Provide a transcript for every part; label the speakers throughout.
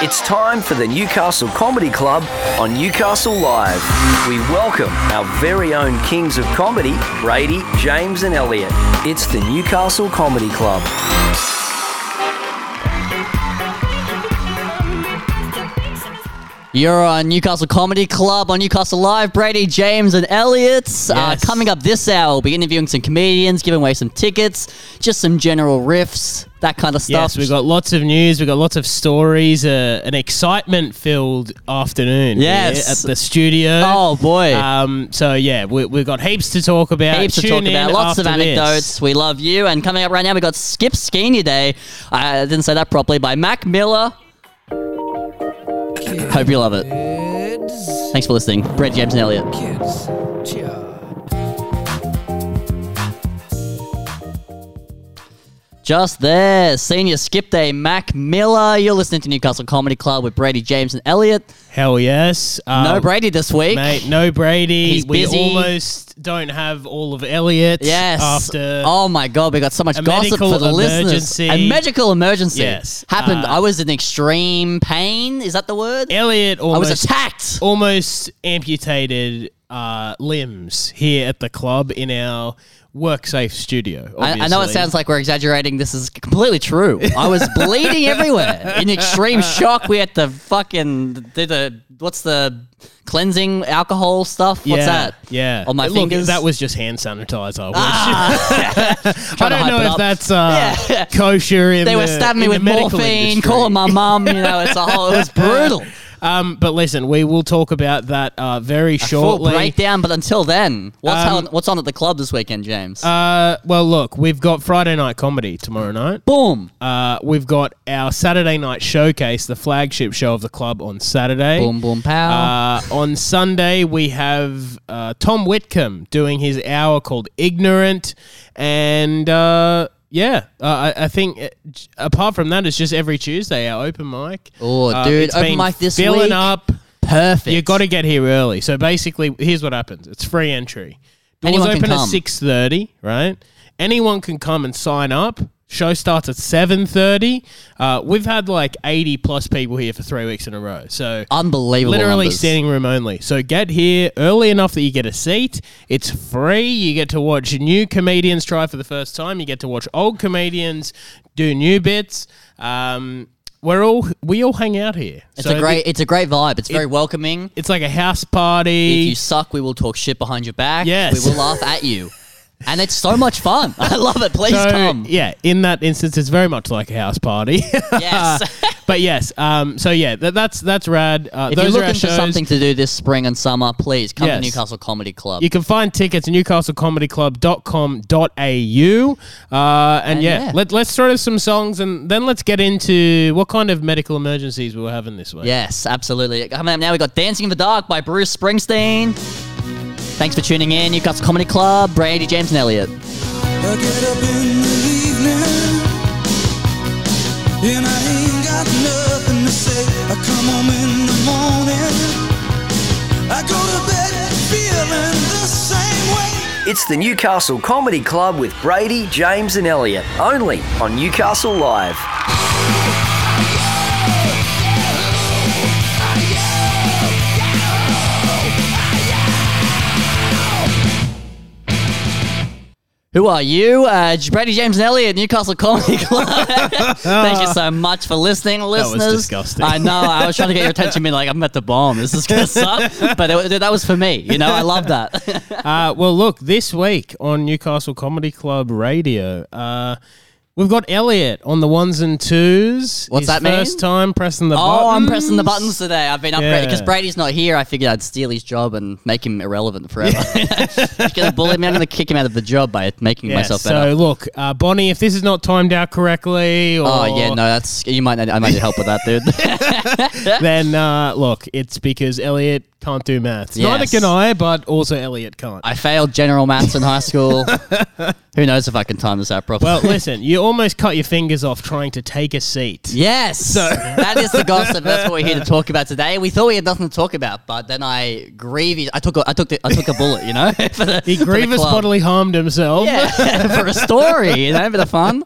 Speaker 1: It's time for the Newcastle Comedy Club on Newcastle Live. We welcome our very own kings of comedy, Brady, James, and Elliot. It's the Newcastle Comedy Club.
Speaker 2: You're on Newcastle Comedy Club on Newcastle Live. Brady, James, and Elliot. Uh,
Speaker 3: Yes.
Speaker 2: coming up this hour, we'll be interviewing some comedians, giving away some tickets, just some general riffs, that kind of stuff.
Speaker 3: Yes, we've got lots of news. We've got lots of stories. Uh, an excitement-filled afternoon.
Speaker 2: Yes.
Speaker 3: here at the studio.
Speaker 2: oh boy,
Speaker 3: Um, so yeah, we, we've got heaps to talk about.
Speaker 2: heaps to
Speaker 3: Tune
Speaker 2: talk
Speaker 3: in
Speaker 2: about, lots of
Speaker 3: after this.
Speaker 2: anecdotes. We love you. And coming up right now, we got Skip Skeeny Day. I didn't say that properly by Mac Miller. Hope you love it. Thanks for listening, Brett, James, and Elliot. Just there, senior skip day, Mac Miller. You're listening to Newcastle Comedy Club with Brady, James, and Elliot.
Speaker 3: Hell yes. Um,
Speaker 2: No Brady this week.
Speaker 3: mate. No Brady.
Speaker 2: He's
Speaker 3: we
Speaker 2: busy.
Speaker 3: almost don't have all of Elliot.
Speaker 2: Yes.
Speaker 3: After
Speaker 2: oh my god, we got so much
Speaker 3: a
Speaker 2: gossip
Speaker 3: medical
Speaker 2: for the listeners.
Speaker 3: emergency.
Speaker 2: A medical emergency.
Speaker 3: Yes.
Speaker 2: happened.
Speaker 3: Uh,
Speaker 2: I was in extreme pain. Is that the word?
Speaker 3: Elliot
Speaker 2: I was
Speaker 3: almost
Speaker 2: attacked.
Speaker 3: almost amputated uh, limbs here at the club in our work safe studio.
Speaker 2: I, I know it
Speaker 3: obviously.
Speaker 2: sounds like we're exaggerating. This is completely true. I was bleeding everywhere in extreme shock. We had to fucking did the what's the cleansing alcohol stuff? What's
Speaker 3: yeah,
Speaker 2: that?
Speaker 3: Yeah.
Speaker 2: On my
Speaker 3: Look,
Speaker 2: fingers. Ah,
Speaker 3: that was just hand sanitizer. which-
Speaker 2: Trying
Speaker 3: I
Speaker 2: to
Speaker 3: don't
Speaker 2: hype
Speaker 3: know
Speaker 2: it
Speaker 3: if
Speaker 2: up.
Speaker 3: that's uh,
Speaker 2: Yeah.
Speaker 3: kosher. In
Speaker 2: They
Speaker 3: the,
Speaker 2: were stabbing me
Speaker 3: in the
Speaker 2: with
Speaker 3: medical
Speaker 2: morphine,
Speaker 3: industry.
Speaker 2: calling my mum. You know, it's a whole. It was brutal.
Speaker 3: Um, but listen, we will talk about that uh, very
Speaker 2: Full
Speaker 3: shortly.
Speaker 2: breakdown. But until then, what's
Speaker 3: Um,
Speaker 2: on, what's on at the club this weekend, James?
Speaker 3: Uh, well, look, we've got Friday night comedy tomorrow night.
Speaker 2: boom,
Speaker 3: Uh, we've got our Saturday night showcase, the flagship show of the club on Saturday.
Speaker 2: boom, boom, pow.
Speaker 3: Uh, on Sunday, we have uh, Tom Whitcomb doing his hour called Ignorant. And uh, yeah, uh, I, I think uh, j- apart from that, it's just every Tuesday, our open mic.
Speaker 2: Oh,
Speaker 3: Uh,
Speaker 2: dude,
Speaker 3: it's
Speaker 2: open
Speaker 3: been
Speaker 2: mic this
Speaker 3: filling
Speaker 2: week?
Speaker 3: up.
Speaker 2: Perfect.
Speaker 3: you got to get here early. So basically, here's what happens it's free entry. Doors
Speaker 2: Anyone can
Speaker 3: open at
Speaker 2: come.
Speaker 3: 6.30, right? Anyone can come and sign up. Show starts at 7.30. Uh, we've had like 80 plus people here for three weeks in a row. So
Speaker 2: unbelievable.
Speaker 3: Literally
Speaker 2: numbers.
Speaker 3: standing room only. So get here early enough that you get a seat. It's free. You get to watch new comedians try for the first time. You get to watch old comedians do new bits. Um, we're all we all hang out here.
Speaker 2: It's
Speaker 3: So
Speaker 2: a great. It's a great vibe. It's very welcoming.
Speaker 3: It's like a house
Speaker 2: If
Speaker 3: party.
Speaker 2: you suck, we will talk shit behind your back. We
Speaker 3: Yes.
Speaker 2: will laugh at you. And it's so much fun. I love it. Please
Speaker 3: So,
Speaker 2: come.
Speaker 3: Yeah, in that instance, it's very much like a house party.
Speaker 2: Yes.
Speaker 3: but yes, um, so yeah, that, that's that's rad. Uh,
Speaker 2: if
Speaker 3: those
Speaker 2: you're
Speaker 3: are our
Speaker 2: looking for
Speaker 3: shows.
Speaker 2: something to do this spring and summer, please come
Speaker 3: Yes.
Speaker 2: to Newcastle Comedy Club.
Speaker 3: You can find tickets at newcastlecomedyclub.com.au. Uh, and
Speaker 2: And
Speaker 3: yeah,
Speaker 2: yeah.
Speaker 3: Let, let's throw some songs and then let's get into what kind of medical emergencies we were having this week.
Speaker 2: Yes, absolutely. Coming up now, we got Dancing in the Dark by Bruce Springsteen. Thanks for tuning in. Newcastle Comedy Club, Brady, James, and Elliot.
Speaker 4: I get up in the evening and I ain't got nothing to say. I come home in the morning. I go to bed feeling the same way.
Speaker 1: It's the Newcastle Comedy Club with Brady, James, and Elliot, only on Newcastle Live.
Speaker 2: Who are you? Uh, J- Brady, James, and Elliot, Newcastle Comedy Club. Thank you so much for listening,
Speaker 3: was
Speaker 2: listeners.
Speaker 3: disgusting.
Speaker 2: I know. I was trying to get your attention, being like, I'm at the bomb. This is gonna suck. But it, wa- that was for me. You know, I love that.
Speaker 3: Uh, well, look, this week on Newcastle Comedy Club Radio, uh, we've got Elliot on the ones and twos.
Speaker 2: What's
Speaker 3: His
Speaker 2: that mean?
Speaker 3: First time pressing the
Speaker 2: oh, I'm
Speaker 3: buttons.
Speaker 2: pressing the buttons today. I've been upgraded because
Speaker 3: Yeah.
Speaker 2: Brady's not here. I figured I'd steal his job and make him irrelevant forever. He's gonna bully me. I'm gonna kick him out of the job by making
Speaker 3: Yeah,
Speaker 2: myself
Speaker 3: so
Speaker 2: better.
Speaker 3: look, uh, Bonnie, if this is not timed out correctly, or
Speaker 2: Oh yeah, no, that's you might. Need, I might need help with that, dude.
Speaker 3: then uh, look, it's because Elliot can't do maths.
Speaker 2: Yes.
Speaker 3: Neither can I, but also Elliot can't.
Speaker 2: I failed general maths in high school. Who knows if I can time this out properly?
Speaker 3: Well, listen, you almost cut your fingers off trying to take a seat.
Speaker 2: yes, that is the gossip. That's what we're here to talk about today. We thought we had nothing to talk about, but then I grievous. I took. A, I took. The, I took a bullet. You know, for the,
Speaker 3: He
Speaker 2: for the
Speaker 3: grievous
Speaker 2: club.
Speaker 3: bodily harmed himself.
Speaker 2: Yeah, for a story. You know, for the fun.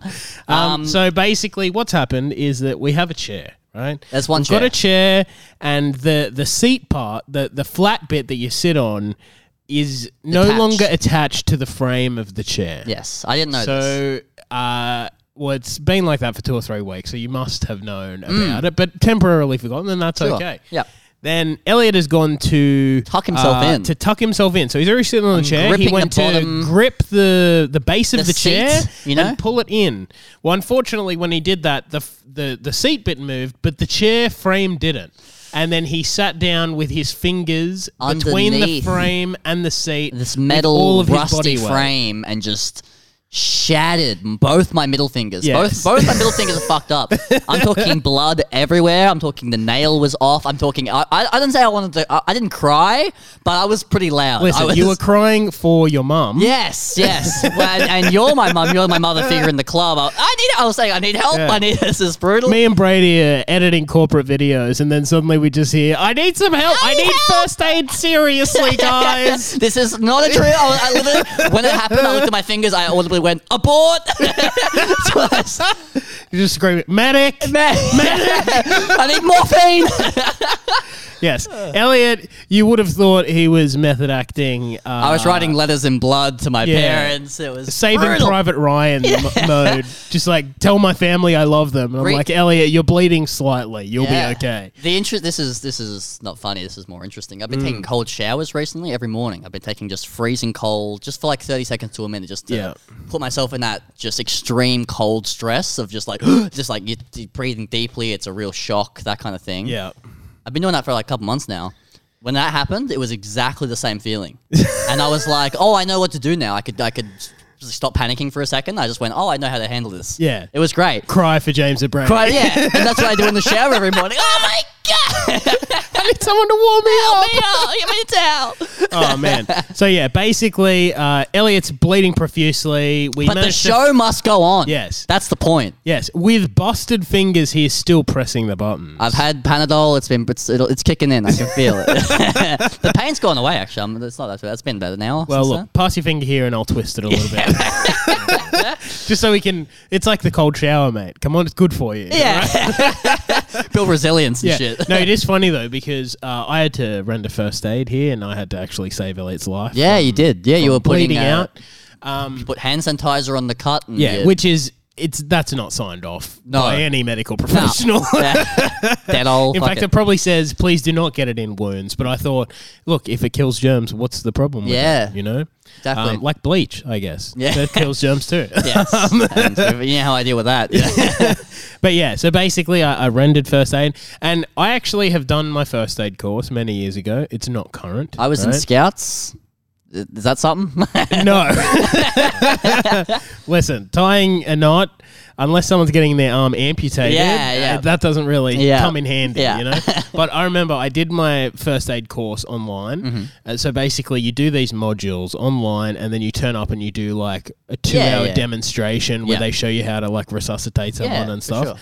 Speaker 2: um,
Speaker 3: Um, so basically, what's happened is that we have a chair. right?
Speaker 2: That's one
Speaker 3: We've Got
Speaker 2: chair.
Speaker 3: a chair, and the the seat part, the the flat bit that you sit on, is no
Speaker 2: Attached.
Speaker 3: longer attached to the frame of the chair.
Speaker 2: Yes, I didn't know this.
Speaker 3: So, uh, well, it's been like that for two or three weeks, so you must have known about it, but temporarily forgotten, and that's
Speaker 2: Mm. Sure.
Speaker 3: okay.
Speaker 2: Yep.
Speaker 3: Then Elliot has gone to uh,
Speaker 2: Tuck himself in.
Speaker 3: To tuck himself in. So he's already sitting on the chair.
Speaker 2: gripping
Speaker 3: He
Speaker 2: the
Speaker 3: went to
Speaker 2: bottom-
Speaker 3: grip the, the base of
Speaker 2: The
Speaker 3: the chair
Speaker 2: seat, you know?
Speaker 3: and pull it in. Well, unfortunately, when he did that, the, f- the, the seat bit moved, but the chair frame didn't. And then he sat down with his fingers between the
Speaker 2: Underneath.
Speaker 3: frame and the seat.
Speaker 2: This
Speaker 3: with
Speaker 2: metal
Speaker 3: all of his
Speaker 2: rusty
Speaker 3: body weight.
Speaker 2: frame and just shattered both my middle fingers. Both
Speaker 3: Yes.
Speaker 2: both my middle fingers are fucked up. I'm talking blood everywhere. I'm talking the nail was off. I'm talking. I, I, I didn't say I wanted to. I, I didn't cry, but I was pretty loud. I
Speaker 3: Listen,
Speaker 2: was,
Speaker 3: you were crying for your mum.
Speaker 2: Yes, yes. Well, and, and you're my mum. You're my mother figure in the club. I, I need. I was saying I need help.
Speaker 3: Yeah.
Speaker 2: I need. This is brutal.
Speaker 3: Me and Brady are editing corporate videos, and then suddenly we just hear, "I need some help! I, need first aid seriously, guys!"
Speaker 2: This is not a drill. I, was- I literally, when it happened, I looked at my fingers. I audibly went abort. That's what I said.
Speaker 3: you just screaming, "Medic!"
Speaker 2: Man, I need morphine.
Speaker 3: yes, Elliot, you would have thought he was method acting. Uh,
Speaker 2: I was writing letters in blood to my
Speaker 3: Yeah.
Speaker 2: parents. It was
Speaker 3: Saving
Speaker 2: brutal.
Speaker 3: Private Ryan m- mode, just like tell my family I love them. And I'm
Speaker 2: Re-
Speaker 3: like, Elliot, you're bleeding slightly. You'll
Speaker 2: Yeah.
Speaker 3: be okay. Hmm.
Speaker 2: The interest. This is this is not funny. This is more interesting. I've been taking cold showers recently. Every morning, I've been taking just freezing cold, just for like thirty seconds to a minute, just to
Speaker 3: Yeah.
Speaker 2: put myself in that just extreme cold stress of just like just like you you're breathing deeply. It's a real shock, that kind of thing.
Speaker 3: Yeah.
Speaker 2: I've been doing that for like a couple months now. When that happened, it was exactly the same feeling, and I was like, "Oh, I know what to do now. I could, I could just stop panicking for a second. I just went, "Oh, I know how to handle this."
Speaker 3: Yeah.
Speaker 2: it was great.
Speaker 3: Cry for James and Brady.
Speaker 2: Cry, yeah, and that's what I do in the shower every morning. Oh my god,
Speaker 3: I need someone to warm me up.
Speaker 2: help me out! Give me a towel.
Speaker 3: oh man. So yeah, basically, uh, Elliot's bleeding profusely. We
Speaker 2: But the
Speaker 3: managed to-
Speaker 2: show must go on.
Speaker 3: Yes.
Speaker 2: that's the point.
Speaker 3: yes, with busted fingers, he is still pressing the button.
Speaker 2: I've had Panadol. It's been, it's, it'll, it's kicking in. I can feel it. the pain's gone away. Actually, I'm, it's not that. bad. It's been about an hour.
Speaker 3: well,
Speaker 2: since
Speaker 3: look, pass your finger here, and I'll twist it a little bit, just so we can. It's like the cold shower, mate. Come on, it's good for you.
Speaker 2: then. yeah, build resilience and shit.
Speaker 3: no, it is funny though because uh, I had to render first aid here, and I had to actually save Elliot's life.
Speaker 2: Yeah, you did. Yeah, you were putting
Speaker 3: Um, bleeding
Speaker 2: out.
Speaker 3: out.
Speaker 2: You put hand sanitizer on the cut. And
Speaker 3: Yeah,
Speaker 2: you-
Speaker 3: which is it's that's not signed off
Speaker 2: No.
Speaker 3: by any medical professional.
Speaker 2: Yeah. that old.
Speaker 3: In fact, it. probably says, "Please do not get it in wounds." But I thought, look, if it kills germs, what's the problem? with
Speaker 2: Yeah.
Speaker 3: it, you know,
Speaker 2: Exactly.
Speaker 3: Um, like bleach, I guess.
Speaker 2: Yeah.
Speaker 3: that kills germs too.
Speaker 2: yes.
Speaker 3: Um,
Speaker 2: and uh, you know how I deal with that. Yeah.
Speaker 3: but yeah, so basically, I, I rendered first aid, and I actually have done my first aid course many years ago. It's not current.
Speaker 2: I was in
Speaker 3: right?
Speaker 2: Scouts. I- Is that something?
Speaker 3: No. Listen, tying a knot, unless someone's getting their arm amputated,
Speaker 2: Yeah, yeah.
Speaker 3: uh, that doesn't really
Speaker 2: Yeah.
Speaker 3: come in handy,
Speaker 2: Yeah.
Speaker 3: you know? but I remember I did my first aid course online.
Speaker 2: Mm-hmm.
Speaker 3: Uh, so basically, you do these modules online, and then you turn up and you do like a two hour
Speaker 2: yeah.
Speaker 3: demonstration where
Speaker 2: Yeah.
Speaker 3: they show you how to like resuscitate someone
Speaker 2: Yeah,
Speaker 3: and
Speaker 2: for
Speaker 3: stuff.
Speaker 2: sure.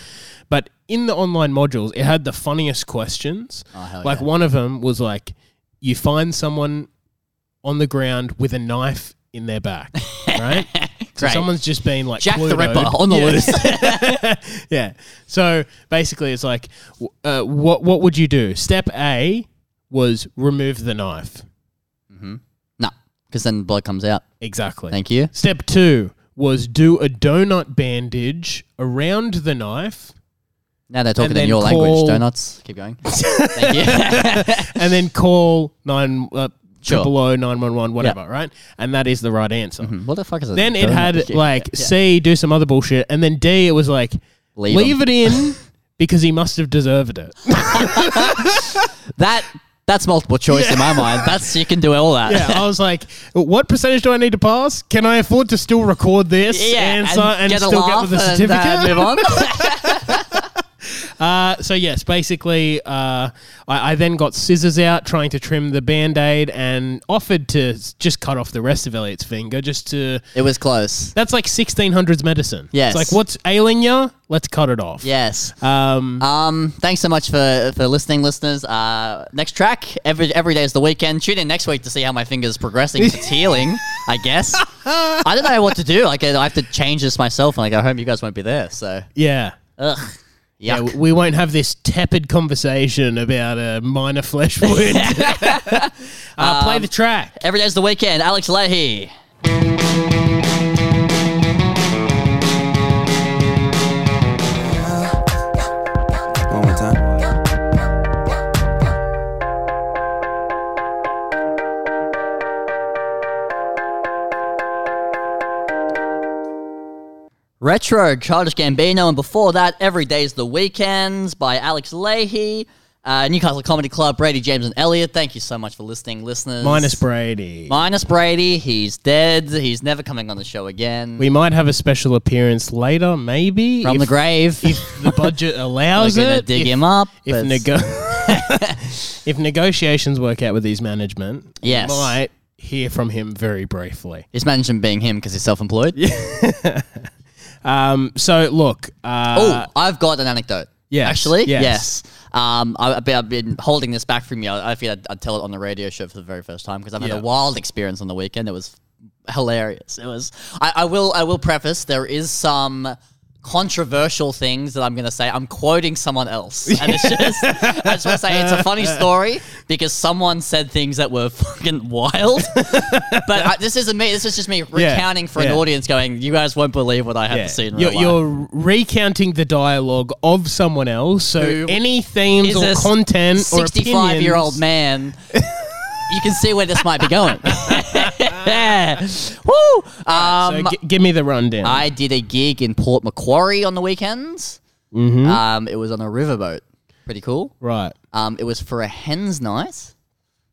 Speaker 3: But in the online modules, it had the funniest questions.
Speaker 2: Oh, hell
Speaker 3: like
Speaker 2: yeah.
Speaker 3: one of them was like, you find someone on the ground with a knife in their back, right? so
Speaker 2: Great.
Speaker 3: someone's just been like
Speaker 2: Jack the
Speaker 3: Cluedoed.
Speaker 2: Ripper on the
Speaker 3: yeah.
Speaker 2: loose.
Speaker 3: yeah. So basically, it's like, w- uh, what what would you do? Step A was remove the knife.
Speaker 2: no, because then blood comes out.
Speaker 3: Exactly.
Speaker 2: Thank you.
Speaker 3: Step two was do a donut bandage around the knife
Speaker 2: Now they're talking
Speaker 3: then
Speaker 2: in your
Speaker 3: call-
Speaker 2: language. Donuts. Keep going. Thank you.
Speaker 3: and then call nine uh,
Speaker 2: Sure.
Speaker 3: triple O nine one one whatever, right? And that is the right answer.
Speaker 2: what the fuck is it?
Speaker 3: Then it had like
Speaker 2: Yeah.
Speaker 3: C, do some other bullshit, and then D, it was like leave,
Speaker 2: Leave 'em.
Speaker 3: it in because he must have deserved it.
Speaker 2: that. That's multiple choice in my mind. That's you can do all that.
Speaker 3: yeah, I was like, what percentage do I need to pass? Can I afford to still record this answer and,
Speaker 2: get a
Speaker 3: still get
Speaker 2: laugh
Speaker 3: the
Speaker 2: and, uh,
Speaker 3: certificate?
Speaker 2: move on.
Speaker 3: Uh, so yes, basically, uh, I, I then got scissors out trying to trim the band aid and offered to s- just cut off the rest of Elliot's finger just to.
Speaker 2: it was close.
Speaker 3: That's like 1600s medicine.
Speaker 2: Yes.
Speaker 3: It's like, what's ailing you? Let's cut it off.
Speaker 2: Yes.
Speaker 3: Um,
Speaker 2: Um, thanks so much for, for listening, listeners. Uh, next track, every every day is the weekend. Tune in next week to see how my finger's progressing. If it's healing, I guess. I don't know what to do. Like I have to change this myself, and like I hope you guys won't be there. So,
Speaker 3: yeah.
Speaker 2: ugh.
Speaker 3: Yeah,
Speaker 2: Yuck.
Speaker 3: w- we won't have this tepid conversation about a minor flesh wound. uh, play the track.
Speaker 2: Every day's the weekend. Alex Leahy.
Speaker 4: One more time.
Speaker 2: Retro, Childish Gambino, and before that, Every Day's the Weekends by Alex Leahy, uh, Newcastle Comedy Club, Brady James and Elliot. Thank you so much for listening, listeners.
Speaker 3: Minus Brady.
Speaker 2: Minus Brady, he's dead. He's never coming on the show again.
Speaker 3: we might have a special appearance later, maybe.
Speaker 2: From the
Speaker 3: if
Speaker 2: grave.
Speaker 3: the budget allows
Speaker 2: We're gonna
Speaker 3: it.
Speaker 2: dig
Speaker 3: if,
Speaker 2: him up,
Speaker 3: If,
Speaker 2: but-
Speaker 3: nego- if negotiations work out with his management, we
Speaker 2: Yes.
Speaker 3: might hear from him very briefly.
Speaker 2: His management being him because he's self employed.
Speaker 3: Um, so, look. Uh,
Speaker 2: Oh, I've got an anecdote.
Speaker 3: Yes,
Speaker 2: Actually,
Speaker 3: yes.
Speaker 2: yes. Um, I, I've been- I've been holding this back from you. I I figured I'd, I'd tell it on the radio show for the very first time because I've had
Speaker 3: Yeah.
Speaker 2: a wild experience on the weekend. It was hilarious. It was. I, I will. I will preface. There is some controversial things that I'm going to say. I'm quoting someone else, and it's just. I just want to say it's a funny story because someone said things that were fucking wild. but I, this isn't me. This is just me recounting for
Speaker 3: yeah.
Speaker 2: an audience, going, "You guys won't believe what I have
Speaker 3: yeah.
Speaker 2: to see in real
Speaker 3: you're,
Speaker 2: life."
Speaker 3: you're recounting the dialogue of someone else, so
Speaker 2: Who
Speaker 3: any themes
Speaker 2: is
Speaker 3: or
Speaker 2: a s-
Speaker 3: content or
Speaker 2: 65 year old
Speaker 3: opinions-
Speaker 2: man. you can see where this might be going. Woo! Um,
Speaker 3: so g- give me the rundown.
Speaker 2: I did a gig in Port Macquarie on the weekends.
Speaker 3: Mm-hmm.
Speaker 2: Um, it was on a riverboat. Pretty cool.
Speaker 3: right.
Speaker 2: Um, it was for a hen's night.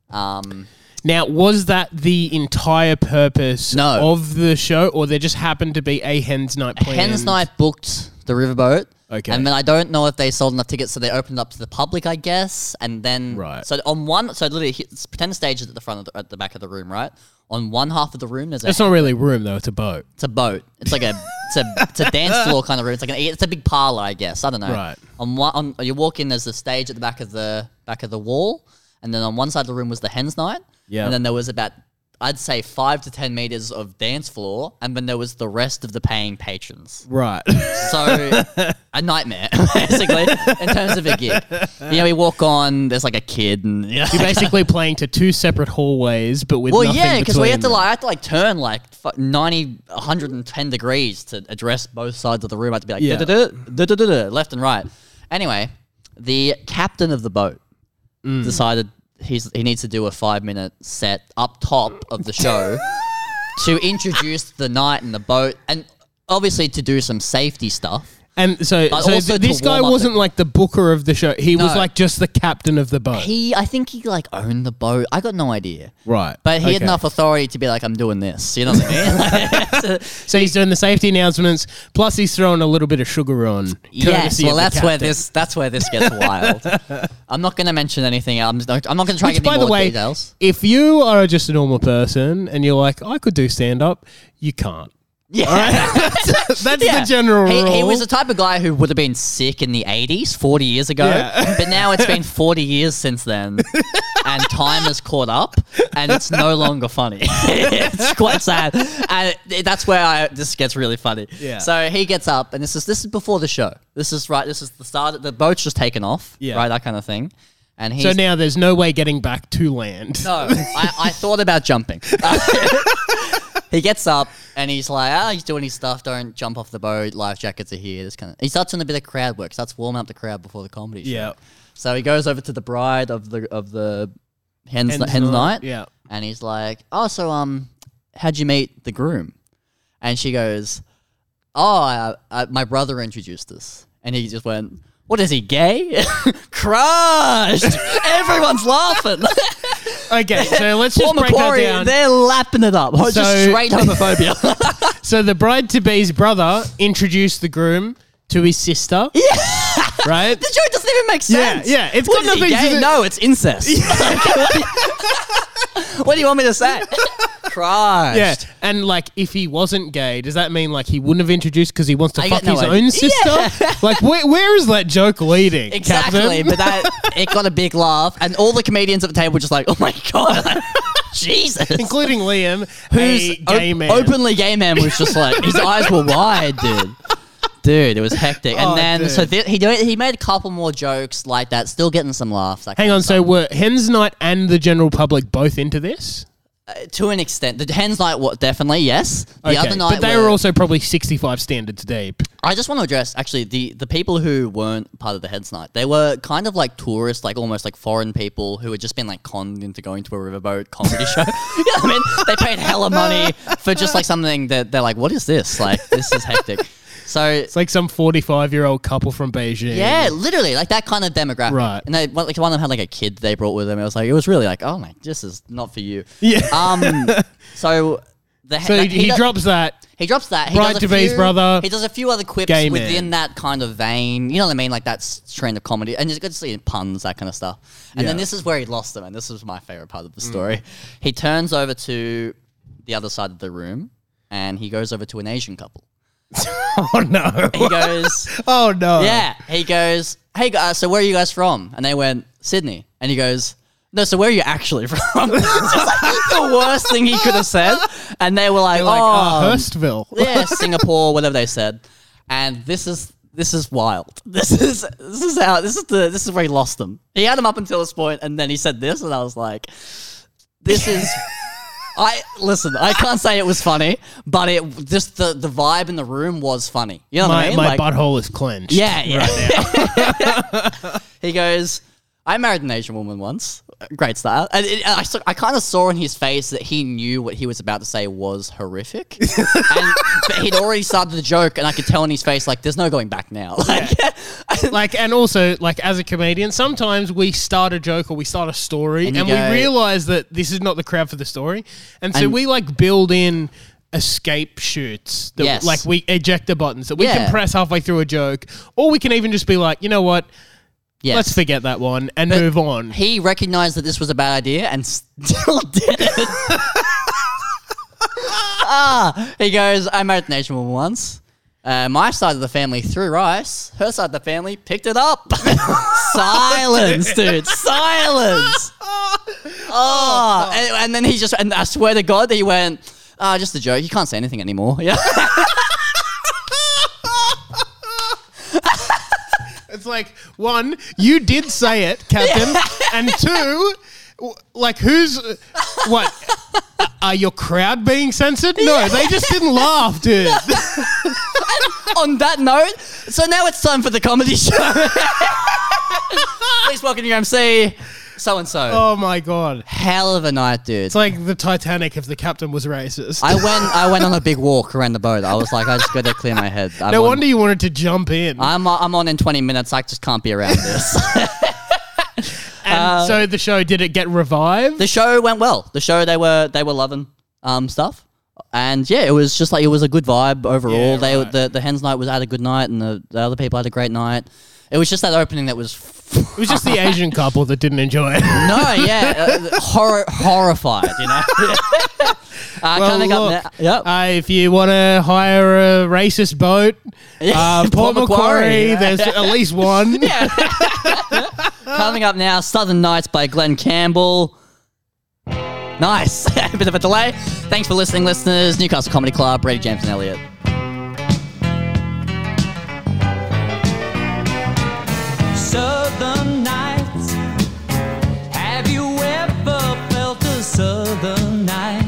Speaker 2: Um,
Speaker 3: Now, was that the entire purpose
Speaker 2: No.
Speaker 3: of the show, or there just happened to be a hen's night planned?
Speaker 2: hen's night booked the riverboat.
Speaker 3: Okay.
Speaker 2: And then I don't know if they sold enough tickets, so they opened up to the public, I guess. And then
Speaker 3: Right.
Speaker 2: So on one, so literally, it's pretend the stage is at the front of the, at the back of the room, right? On one half of the room, there's a
Speaker 3: It's not really room though; it's a boat.
Speaker 2: It's a boat. It's like a it's a it's a dance floor kind of room. It's like an, it's a big parlor, I guess. I don't know.
Speaker 3: Right.
Speaker 2: On one, on you walk in. There's a stage at the back of the back of the wall, and then on one side of the room was the hens night.
Speaker 3: Yeah.
Speaker 2: And then there was about I'd say five to ten meters of dance floor, and then there was the rest of the paying patrons.
Speaker 3: Right.
Speaker 2: So a nightmare basically in terms of a gig. You know, we walk on. There's like a kid, and you know,
Speaker 3: You're basically playing to two separate hallways, but with
Speaker 2: Well,
Speaker 3: nothing
Speaker 2: yeah, because we
Speaker 3: between
Speaker 2: have to
Speaker 3: them.
Speaker 2: like I have to like turn like fu- 90, 110 degrees to address both sides of the room. I have to be like
Speaker 3: Yeah.
Speaker 2: "Duh-duh-duh, duh-duh-duh-duh," left and right. Anyway, the captain of the boat
Speaker 3: Mm.
Speaker 2: decided he's he needs to do a five minute set up top of the show to introduce the night and the boat, and obviously to do some safety stuff.
Speaker 3: And so,
Speaker 2: But
Speaker 3: so
Speaker 2: also
Speaker 3: th-
Speaker 2: to
Speaker 3: this guy
Speaker 2: warm up
Speaker 3: wasn't
Speaker 2: it.
Speaker 3: like the booker of the show; he was
Speaker 2: No.
Speaker 3: like just the captain of the boat.
Speaker 2: He, I think he like owned the boat. I got no idea.
Speaker 3: Right,
Speaker 2: But he had
Speaker 3: okay.
Speaker 2: enough authority to be like, I'm doing this. You know what I mean?
Speaker 3: so he's doing the safety announcements, plus he's throwing a little bit of sugar on.
Speaker 2: Yes,
Speaker 3: courtesy
Speaker 2: well,
Speaker 3: of the
Speaker 2: that's where
Speaker 3: captain.
Speaker 2: this that's where this gets wild. I'm not going to mention anything. else. I'm, just not- I'm not going to try
Speaker 3: Which,
Speaker 2: and get
Speaker 3: by
Speaker 2: any
Speaker 3: the
Speaker 2: more
Speaker 3: way,
Speaker 2: details.
Speaker 3: if you are just a normal person and you're like, I could do stand up, you can't.
Speaker 2: Yeah,
Speaker 3: That's
Speaker 2: Yeah.
Speaker 3: the general
Speaker 2: He,
Speaker 3: rule.
Speaker 2: he was the type of guy who would have been sick in the 80s, 40 years ago.
Speaker 3: Yeah.
Speaker 2: But now it's been 40 years since then, and time has caught up, and it's no longer funny. it's quite sad, and it- that's where I this gets really funny.
Speaker 3: Yeah.
Speaker 2: So he gets up, and this is this is before the show. This is right. This is the start. The boat's just taken off.
Speaker 3: Yeah.
Speaker 2: Right. That kind of thing. And he's
Speaker 3: so now there's no way getting back to land.
Speaker 2: No, I, I thought about jumping. he gets up and he's like, ah, he's doing his stuff. Don't jump off the boat. Life jackets are here. This kind of. He starts doing a bit of crowd work. Starts warming up the crowd before the comedy show.
Speaker 3: Yeah.
Speaker 2: So he goes over to the bride of the of the hens,
Speaker 3: Hen's
Speaker 2: hen's, hen's
Speaker 3: night,
Speaker 2: night.
Speaker 3: yeah.
Speaker 2: And he's like, oh, so um, how'd you meet the groom? And she goes, oh, I, I, my brother introduced us. And he just went, what is he gay? Crushed. Everyone's laughing.
Speaker 3: Okay, so let's just
Speaker 2: Paul
Speaker 3: break that
Speaker 2: Macquarie,
Speaker 3: down.
Speaker 2: they're lapping it up. Oh,
Speaker 3: So-
Speaker 2: just straight homophobia.
Speaker 3: So the bride to be's brother introduced the groom to his sister. Yeah. Right?
Speaker 2: the joke doesn't even make
Speaker 3: Yeah,
Speaker 2: sense.
Speaker 3: yeah, it's
Speaker 2: What is
Speaker 3: got
Speaker 2: he,
Speaker 3: nothing to
Speaker 2: gay?
Speaker 3: do-
Speaker 2: No, it's incest. what do you want me to say? Christ.
Speaker 3: Yeah. And like if he wasn't gay, does that mean like he wouldn't have introduced because he wants to
Speaker 2: I
Speaker 3: fuck
Speaker 2: got no
Speaker 3: his
Speaker 2: idea.
Speaker 3: own sister? Like where, where is that joke leading?
Speaker 2: Exactly,
Speaker 3: Captain?
Speaker 2: but that it got a big laugh, and all the comedians at the table were just like, "Oh my god, Jesus!"
Speaker 3: Including Liam,
Speaker 2: Who's
Speaker 3: who's a gay
Speaker 2: op-
Speaker 3: man.
Speaker 2: openly gay man was just like his eyes were wide, dude. dude, it was hectic. And
Speaker 3: Oh,
Speaker 2: then so th-
Speaker 3: dude.
Speaker 2: he do- he made a couple more jokes like that, still getting some laughs. that
Speaker 3: Hang
Speaker 2: kind
Speaker 3: on,
Speaker 2: of
Speaker 3: so
Speaker 2: stuff.
Speaker 3: were Hens Knight and the general public both into this?
Speaker 2: Uh, to an extent, the hens night, what definitely yes. The
Speaker 3: Okay,
Speaker 2: other night,
Speaker 3: but they
Speaker 2: were
Speaker 3: were also probably sixty-five standards deep.
Speaker 2: I just want to address actually the the people who weren't part of the heads night. They were kind of like tourists, like almost like foreign people who had just been like conned into going to a riverboat comedy show. You know what I mean? They paid hella money for just like something that they're like, what is this? Like this is hectic. So
Speaker 3: It's like some forty-five-year-old couple from Beijing.
Speaker 2: yeah, literally like that kind of demographic.
Speaker 3: Right.
Speaker 2: And they one- like one of them had like a kid they brought with them. It was like it was really like oh my, this is not for you.
Speaker 3: Yeah.
Speaker 2: Um. So. The,
Speaker 3: So
Speaker 2: that-
Speaker 3: he, he
Speaker 2: do-
Speaker 3: drops that.
Speaker 2: he drops that. He
Speaker 3: Bride
Speaker 2: does a
Speaker 3: to be's
Speaker 2: few-
Speaker 3: brother,
Speaker 2: He does a few other quips
Speaker 3: gay man.
Speaker 2: within that kind of vein. You know what I mean? Like that s- trend of comedy. And you got to see puns, that kind of stuff. And then
Speaker 3: Yeah.
Speaker 2: this is where he lost them. And this was my favorite part of the story. He turns over to the other side of the room and he goes over to an Asian couple.
Speaker 3: Oh no!
Speaker 2: He goes,
Speaker 3: Oh no!
Speaker 2: Yeah. He goes, Hey guys, so where are you guys from? And they went, Sydney. And he goes, No, so where are you actually from? It's just like the worst thing he could have said. And they were like,
Speaker 3: Like
Speaker 2: oh,
Speaker 3: oh, Hurstville.
Speaker 2: yeah, Singapore, whatever they said. And this is this is wild. This is this is how this is the this is where he lost them. He had them up until this point, and then he said this, and I was like, "This is." I listen. I can't say it was funny, but it just the the vibe in the room was funny. You know what I
Speaker 3: My,
Speaker 2: mean?
Speaker 3: my
Speaker 2: Like-
Speaker 3: butthole is clenched.
Speaker 2: yeah, yeah. he goes, I married an Asian woman once. Great start. And it, I, saw- I kind of saw in his face that he knew what he was about to say was horrific. and, but he'd already started the joke, and I could tell in his face, like, there's no going back now. Like,
Speaker 3: like and also like as a comedian sometimes we start a joke or we start a story
Speaker 2: And
Speaker 3: and,
Speaker 2: you go-
Speaker 3: we realize that this is not the crowd for the story and so
Speaker 2: And-
Speaker 3: we like build in escape shoots that
Speaker 2: Yes.
Speaker 3: like we ejector buttons that we
Speaker 2: Yeah.
Speaker 3: can press halfway through a joke or we can even just be like you know what
Speaker 2: yes.
Speaker 3: let's forget that one and
Speaker 2: But
Speaker 3: move on
Speaker 2: He recognized that this was a bad idea and still did it. ah, he goes, I married an Asian woman once. Uh, my side of the family threw rice. Her side of the family picked it up. Silence, dude. Silence. Oh, and, and then he just, and I swear to God, he went, ah, just a joke. You can't say anything anymore. Yeah.
Speaker 3: it's like one you did say it captain and two w- like who's uh, what are your crowd being censored no they just didn't laugh dude
Speaker 2: on that note, so now it's time for the comedy show. Please welcome your MC, so and so.
Speaker 3: oh my god
Speaker 2: Hell of a night, dude.
Speaker 3: It's like the Titanic if the captain was racist.
Speaker 2: I went, I went on a big walk around the boat. I was like, I just got to clear my head. I'm
Speaker 3: no
Speaker 2: on,
Speaker 3: wonder you wanted to jump in.
Speaker 2: I'm, uh, I'm on in 20 minutes. I just can't be around this.
Speaker 3: and
Speaker 2: uh,
Speaker 3: so the show did it get revived?
Speaker 2: the show went well. The show they were they were loving um, stuff, and yeah, it was just like it was a good vibe overall.
Speaker 3: Yeah,
Speaker 2: they
Speaker 3: right.
Speaker 2: the the hens night was had a good night, and the, the other people had a great night. It was just that opening that was. f-
Speaker 3: it was just the Asian couple that didn't enjoy it.
Speaker 2: No, yeah, uh, horror, horrified, you know. uh,
Speaker 3: Well,
Speaker 2: coming
Speaker 3: look,
Speaker 2: up, now, yep.
Speaker 3: uh, if you want to hire a racist boat, uh, Port
Speaker 2: Port Macquarie,
Speaker 3: Macquarie,
Speaker 2: yeah.
Speaker 3: there's at least one.
Speaker 2: coming up now, Southern Nights by Glenn Campbell. Nice, a bit of a delay. Thanks for listening, listeners. Newcastle Comedy Club, Brady James and Elliot.
Speaker 5: Southern nights. Have you ever felt a southern night?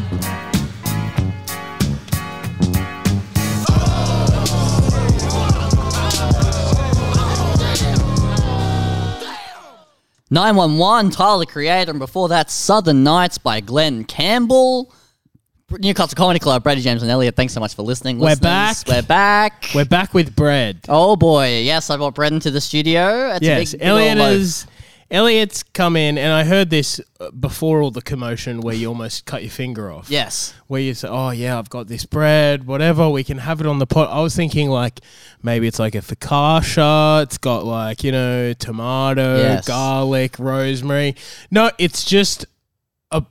Speaker 2: Nine One One, Tyler the Creator, and before that, Southern Nights by Glenn Campbell. Newcastle Comedy Club, Brady James and Elliot. Thanks so much for listening.
Speaker 3: We're
Speaker 2: listeners.
Speaker 3: back.
Speaker 2: We're back.
Speaker 3: We're back with bread.
Speaker 2: Oh boy, yes, I brought Brett into the studio. It's
Speaker 3: yes,
Speaker 2: a big, big
Speaker 3: Elliot
Speaker 2: old loaf.
Speaker 3: is. Elliot's come in, and I heard this uh, before all the commotion where you almost cut your finger off.
Speaker 2: Yes.
Speaker 3: where you say, "Oh yeah, I've got this bread, whatever. We can have it on the pot." I was thinking like maybe it's like a focaccia. It's got like you know tomato,
Speaker 2: Yes.
Speaker 3: garlic, rosemary. No, it's just a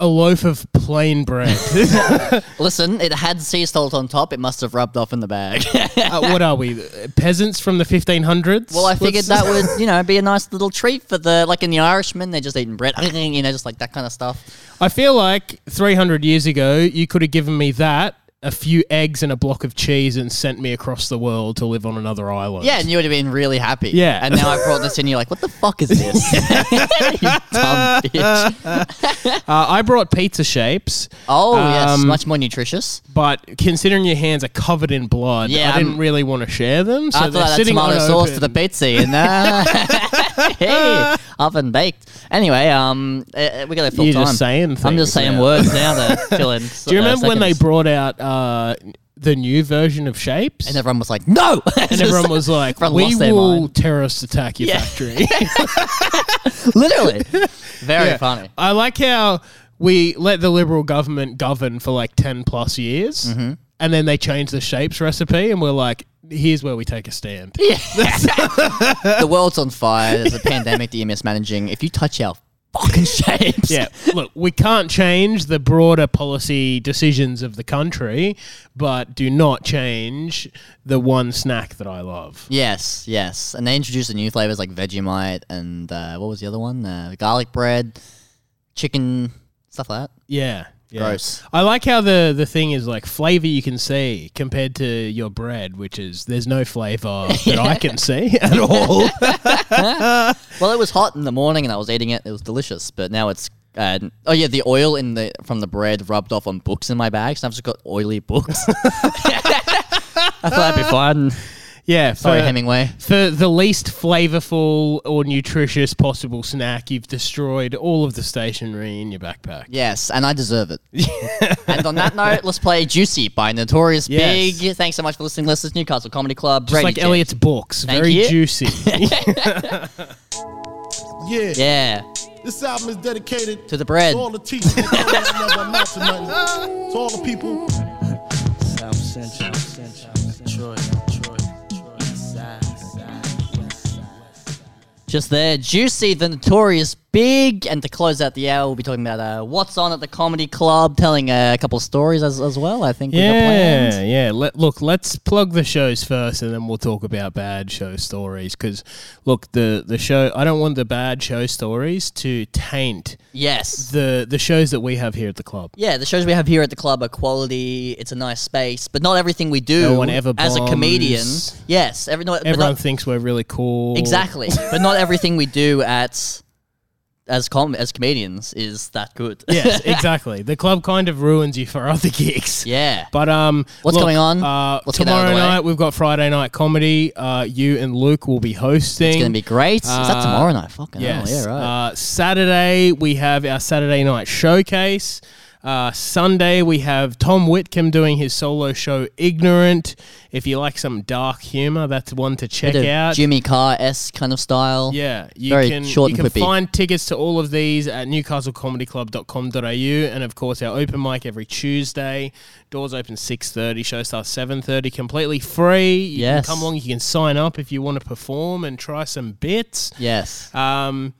Speaker 3: a loaf of plain bread.
Speaker 2: Listen, it had sea salt on top. It must have rubbed off in the bag.
Speaker 3: Uh, what are we peasants from the fifteen hundreds?
Speaker 2: well, I figured that would, you know, be a nice little treat for the like in the Irishman, they're just eating bread, you know, just like that kind of stuff.
Speaker 3: I feel like three hundred years ago, you could have given me that. a few eggs and a block of cheese and sent me across the world to live on another island.
Speaker 2: Yeah, and you would have been really happy.
Speaker 3: Yeah.
Speaker 2: And now I brought this in, you're like, what the fuck is this? you dumb bitch.
Speaker 3: Uh, I brought pizza shapes,
Speaker 2: Oh, yes,
Speaker 3: Um,
Speaker 2: much more nutritious.
Speaker 3: but considering your hands are covered in blood,
Speaker 2: Yeah,
Speaker 3: I didn't
Speaker 2: I'm-
Speaker 3: really want to share them. So
Speaker 2: I
Speaker 3: they're
Speaker 2: thought that
Speaker 3: sitting
Speaker 2: tomato sauce to the
Speaker 3: unopened.
Speaker 2: pizza and uh, hey, oven baked. Anyway, um, eh, eh, we got to fill
Speaker 3: You're
Speaker 2: time.
Speaker 3: just saying
Speaker 2: I'm
Speaker 3: things
Speaker 2: just saying
Speaker 3: now.
Speaker 2: words now to fill in.
Speaker 3: Do you remember when they brought out uh, the new version of shapes?
Speaker 2: and everyone was like, "No!"
Speaker 3: And everyone was like,
Speaker 2: everyone
Speaker 3: "We
Speaker 2: lost their
Speaker 3: will
Speaker 2: mind.
Speaker 3: terrorist attack your
Speaker 2: Yeah.
Speaker 3: factory."
Speaker 2: literally very funny.
Speaker 3: I like how we let the Liberal government govern for like 10 plus years
Speaker 2: Mm-hmm.
Speaker 3: and then they change the shapes recipe and we're like, here's where we take a stand.
Speaker 2: the world's on fire. There's a pandemic that you're mismanaging. If you touch our fucking shapes,
Speaker 3: Yeah. Look, we can't change the broader policy decisions of the country, but do not change the one snack that I love.
Speaker 2: Yes, yes. And they introduced the new flavors like Vegemite and uh, what was the other one? Uh, garlic bread, chicken, stuff like that.
Speaker 3: Yeah. yeah.
Speaker 2: Gross.
Speaker 3: I like how the, the thing is like flavor you can see compared to your bread, which is there's no flavor that I can see at all.
Speaker 2: Well, it was hot in the morning and I was eating it. It was delicious, but now it's. Uh, oh yeah, the oil in the from the bread rubbed off on books in my bag, so I've just got oily books. I thought that'd be fun.
Speaker 3: yeah.
Speaker 2: Sorry,
Speaker 3: for-
Speaker 2: Hemingway.
Speaker 3: for the least flavorful or nutritious possible snack, you've destroyed all of the stationery in your backpack.
Speaker 2: Yes, and I deserve it. and on that note, let's play "Juicy" by Notorious
Speaker 3: Yes.
Speaker 2: Big. Thanks so much for listening, listeners. Newcastle Comedy Club.
Speaker 3: Just
Speaker 2: Brady
Speaker 3: like
Speaker 2: Jett.
Speaker 3: Elliot's books,
Speaker 2: Thank
Speaker 3: very
Speaker 2: you.
Speaker 3: juicy.
Speaker 6: Yeah.
Speaker 2: Yeah,
Speaker 6: This album is dedicated
Speaker 2: To the bread.
Speaker 6: to all the teachers. that know that never amounts to nothing. To all the people.
Speaker 2: just there. "Juicy" the Notorious Big. And to close out the hour, we'll be talking about uh, what's on at the Comedy Club, telling uh, a couple of stories as, as well. I think we got planned.
Speaker 3: yeah, yeah. Let, look, let's plug the shows first, and then we'll talk about bad show stories. Because look, the the show. I don't want the bad show stories to taint
Speaker 2: Yes.
Speaker 3: the the shows that we have here at the club.
Speaker 2: Yeah, the shows we have here at the club are quality. It's a nice space, but not everything we do
Speaker 3: No one ever
Speaker 2: as a comedian.
Speaker 3: bombs.
Speaker 2: Yes, every, not, but not-
Speaker 3: Everyone thinks we're really cool.
Speaker 2: exactly, but not everything we do at as com- as comedians is that good.
Speaker 3: yes, exactly. The club kind of ruins you for other gigs.
Speaker 2: yeah.
Speaker 3: But um,
Speaker 2: What's
Speaker 3: look,
Speaker 2: going on?
Speaker 3: Uh,
Speaker 2: Let's get that out of
Speaker 3: tomorrow
Speaker 2: the way.
Speaker 3: night we've got Friday night comedy. Uh, you and Luke will be hosting.
Speaker 2: It's gonna be great. is that
Speaker 3: Uh,
Speaker 2: tomorrow night? Fucking hell,
Speaker 3: Yes.
Speaker 2: Oh, yeah, right.
Speaker 3: Uh, Saturday we have our Saturday night showcase. Uh, Sunday we have Tom Whitcomb doing his solo show Ignorant. If you like some dark humor, that's one to check
Speaker 2: Bit of
Speaker 3: out.
Speaker 2: Jimmy Carr s kind of style.
Speaker 3: Yeah, you
Speaker 2: Very
Speaker 3: can
Speaker 2: short
Speaker 3: you
Speaker 2: and
Speaker 3: can
Speaker 2: quippy.
Speaker 3: find tickets to all of these at newcastlecomedyclub.com.au and of course our open mic every Tuesday. Doors open 6:30, show starts 7:30, completely free. You
Speaker 2: Yes.
Speaker 3: can come along, you can sign up if you want to perform and try some bits.
Speaker 2: Yes.
Speaker 3: Um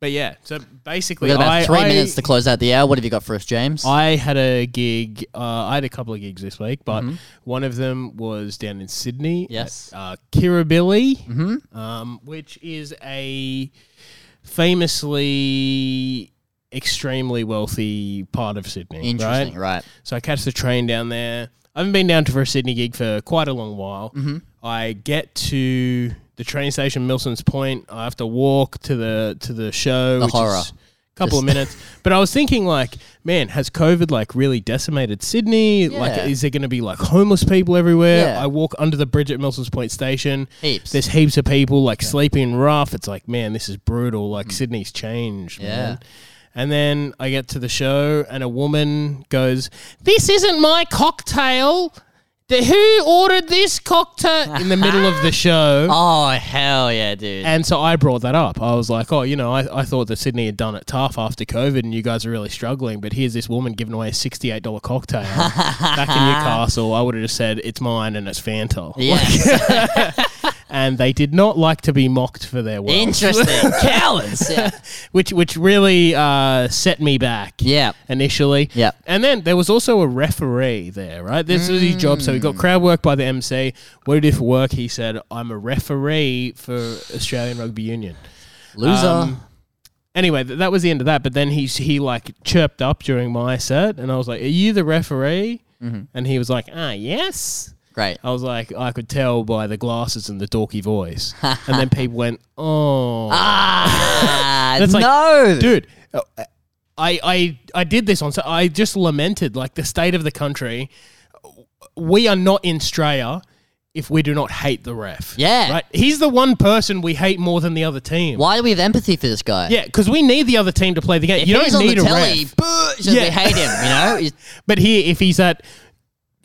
Speaker 3: but yeah, so basically
Speaker 2: We've got about
Speaker 3: I,
Speaker 2: three
Speaker 3: I-
Speaker 2: minutes to close out the hour. What have you got for us, James?
Speaker 3: I had a gig. Uh, I had a couple of gigs this week, but one of them was down in Sydney.
Speaker 2: Mm-hmm. Yes. Mm-hmm.
Speaker 3: at, uh, Kirribilli, um, which is a famously extremely wealthy part of Sydney.
Speaker 2: Interesting,
Speaker 3: right?
Speaker 2: right?
Speaker 3: So I catch the train down there. I haven't been down to for a Sydney gig for quite a long while.
Speaker 2: Mm-hmm.
Speaker 3: I get to the train station, Milson's Point. I have to walk to the to the show.
Speaker 2: The
Speaker 3: which
Speaker 2: horror.
Speaker 3: Is a couple of minutes. But I was thinking, like, man, has COVID like really decimated Sydney? Like,
Speaker 2: Yeah.
Speaker 3: is there going to be like homeless people everywhere?
Speaker 2: Yeah.
Speaker 3: I walk under the bridge at Milson's Point station.
Speaker 2: Heaps.
Speaker 3: There's heaps of people like sleeping rough. It's like, man, this is brutal. Like Sydney's changed.
Speaker 2: Mm. Yeah.
Speaker 3: Man. And then I get to the show, and a woman goes, "This isn't my cocktail. The, who ordered this cocktail?" In the middle of the show.
Speaker 2: Oh hell yeah, dude!
Speaker 3: And so I brought that up. I was like, oh, you know, I, I thought that Sydney had done it tough after COVID and you guys are really struggling, but here's this woman giving away a $68 cocktail back in Newcastle. I would have just said, it's mine and it's Fanta.
Speaker 2: yes.
Speaker 3: And they did not like to be mocked for their work,
Speaker 2: Interesting. Cowards. Yeah.
Speaker 3: which, which really uh, set me back
Speaker 2: Yeah.
Speaker 3: initially.
Speaker 2: Yeah.
Speaker 3: And then there was also a referee there, right? This was his job. So he
Speaker 2: Mm.
Speaker 3: got crowd work by the MC. What did he do for work? He said, I'm a referee for Australian Rugby Union.
Speaker 2: Loser.
Speaker 3: Um, anyway, th- that was the end of that. But then he he like chirped up during my set, and I was like, "Are you the referee?"
Speaker 2: Mm-hmm.
Speaker 3: And he was like, ah, yes.
Speaker 2: Great.
Speaker 3: I was like, I could tell by the glasses and the dorky voice. and then people went, oh.
Speaker 2: Ah,
Speaker 3: That's like,
Speaker 2: no.
Speaker 3: dude. uh, I I I did this on. So I just lamented like the state of the country. We are not in Australia if we do not hate the ref.
Speaker 2: Yeah.
Speaker 3: right. He's the one person we hate more than the other team.
Speaker 2: Why do we have empathy for this guy?
Speaker 3: Yeah, because we need the other team to play the game.
Speaker 2: If
Speaker 3: you
Speaker 2: he's
Speaker 3: don't
Speaker 2: on
Speaker 3: need
Speaker 2: the
Speaker 3: a
Speaker 2: telly,
Speaker 3: ref.
Speaker 2: boo, it's just
Speaker 3: Yeah.
Speaker 2: we hate him, you know? He's-
Speaker 3: But here, if he's at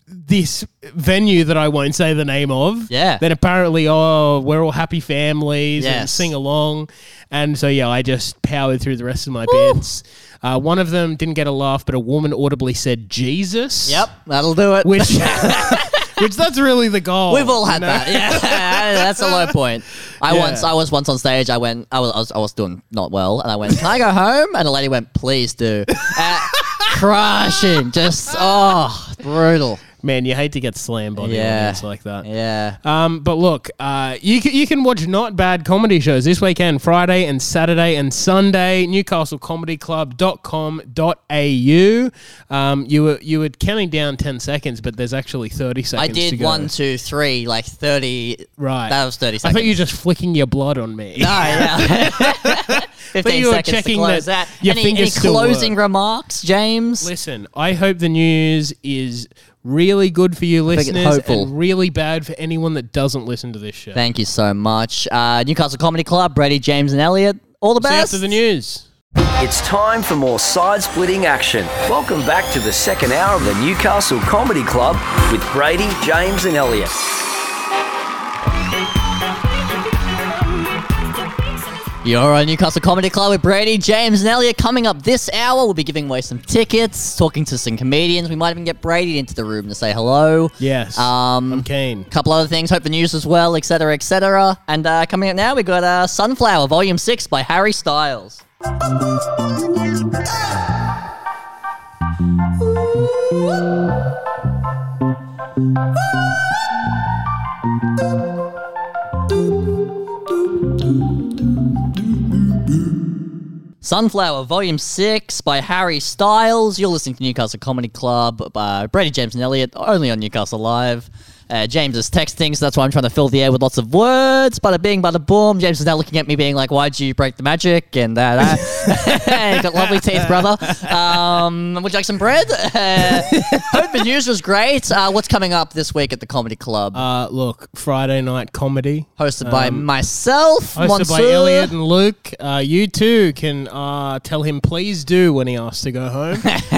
Speaker 3: this venue that I won't say the name of,
Speaker 2: Yeah.
Speaker 3: then apparently, oh, we're all happy families and
Speaker 2: Yes.
Speaker 3: sing along. And so, yeah, I just powered through the rest of my bits. Uh, one of them didn't get a laugh, but a woman audibly said Jesus.
Speaker 2: Yep, that'll do it.
Speaker 3: Which, which that's really the goal.
Speaker 2: We've all had
Speaker 3: you know?
Speaker 2: that. Yeah, that's a low point. I
Speaker 3: Oh, Yeah.
Speaker 2: once, I was once on stage. I went, I was, I was, I was doing not well, and I went, "Can I go home?" And the lady went, "Please do." Uh, crushing, just oh, brutal.
Speaker 3: Man, you hate to get slammed on
Speaker 2: Yeah.
Speaker 3: yeah. like that.
Speaker 2: Yeah,
Speaker 3: Um, but look, uh, you can, you can watch not bad comedy shows this weekend, Friday and Saturday and Sunday, newcastlecomedyclub.com.au. Um, you were you were counting down 10 seconds, but there's actually 30 seconds
Speaker 2: I
Speaker 3: to
Speaker 2: did
Speaker 3: go.
Speaker 2: one, two, three, like thirty.
Speaker 3: Right.
Speaker 2: that was thirty
Speaker 3: I
Speaker 2: seconds.
Speaker 3: thought you were just flicking your blood on me.
Speaker 2: No, yeah. Fifteen
Speaker 3: you were
Speaker 2: seconds
Speaker 3: checking
Speaker 2: to close
Speaker 3: that
Speaker 2: that.
Speaker 3: your
Speaker 2: any any
Speaker 3: fingers still
Speaker 2: closing remarks, James?
Speaker 3: Listen, I hope the news is really good for you
Speaker 2: think it's
Speaker 3: listeners
Speaker 2: hopeful.
Speaker 3: and really bad for anyone that doesn't listen to this show.
Speaker 2: Thank you so much, uh, Newcastle Comedy Club. Brady, James, and Elliot. All the
Speaker 3: See you
Speaker 2: best.
Speaker 3: after the news.
Speaker 1: It's time for more side splitting action. Welcome back to the second hour of the Newcastle Comedy Club with Brady, James, and Elliot.
Speaker 2: You're on Newcastle Comedy Club with Brady, James, and Elliot. Coming up this hour, we'll be giving away some tickets, talking to some comedians. We might even get Brady into the room to say hello.
Speaker 3: Yes.
Speaker 2: Um,
Speaker 3: I'm keen.
Speaker 2: A couple other things, hope the news as well, etc., etc. And uh, coming up now, we got uh, Sunflower Volume 6 by Harry Styles. Sunflower Volume 6 by Harry Styles. You're listening to Newcastle Comedy Club by Brady James and Elliot, only on Newcastle Live. Uh, James is texting, so that's why I'm trying to fill the air with lots of words. Bada bing, bada boom. James is now looking at me, being like, Why'd you break the magic? And uh, that. You've got lovely teeth, brother. Um, would you like some bread? Uh, hope the news was great. Uh, what's coming up this week at the Comedy Club?
Speaker 3: Uh, look, Friday night comedy.
Speaker 2: hosted by myself,
Speaker 3: Hosted
Speaker 2: Monsieur.
Speaker 3: by Elliot and Luke. Uh, you too can uh, tell him please do when he asks to go home.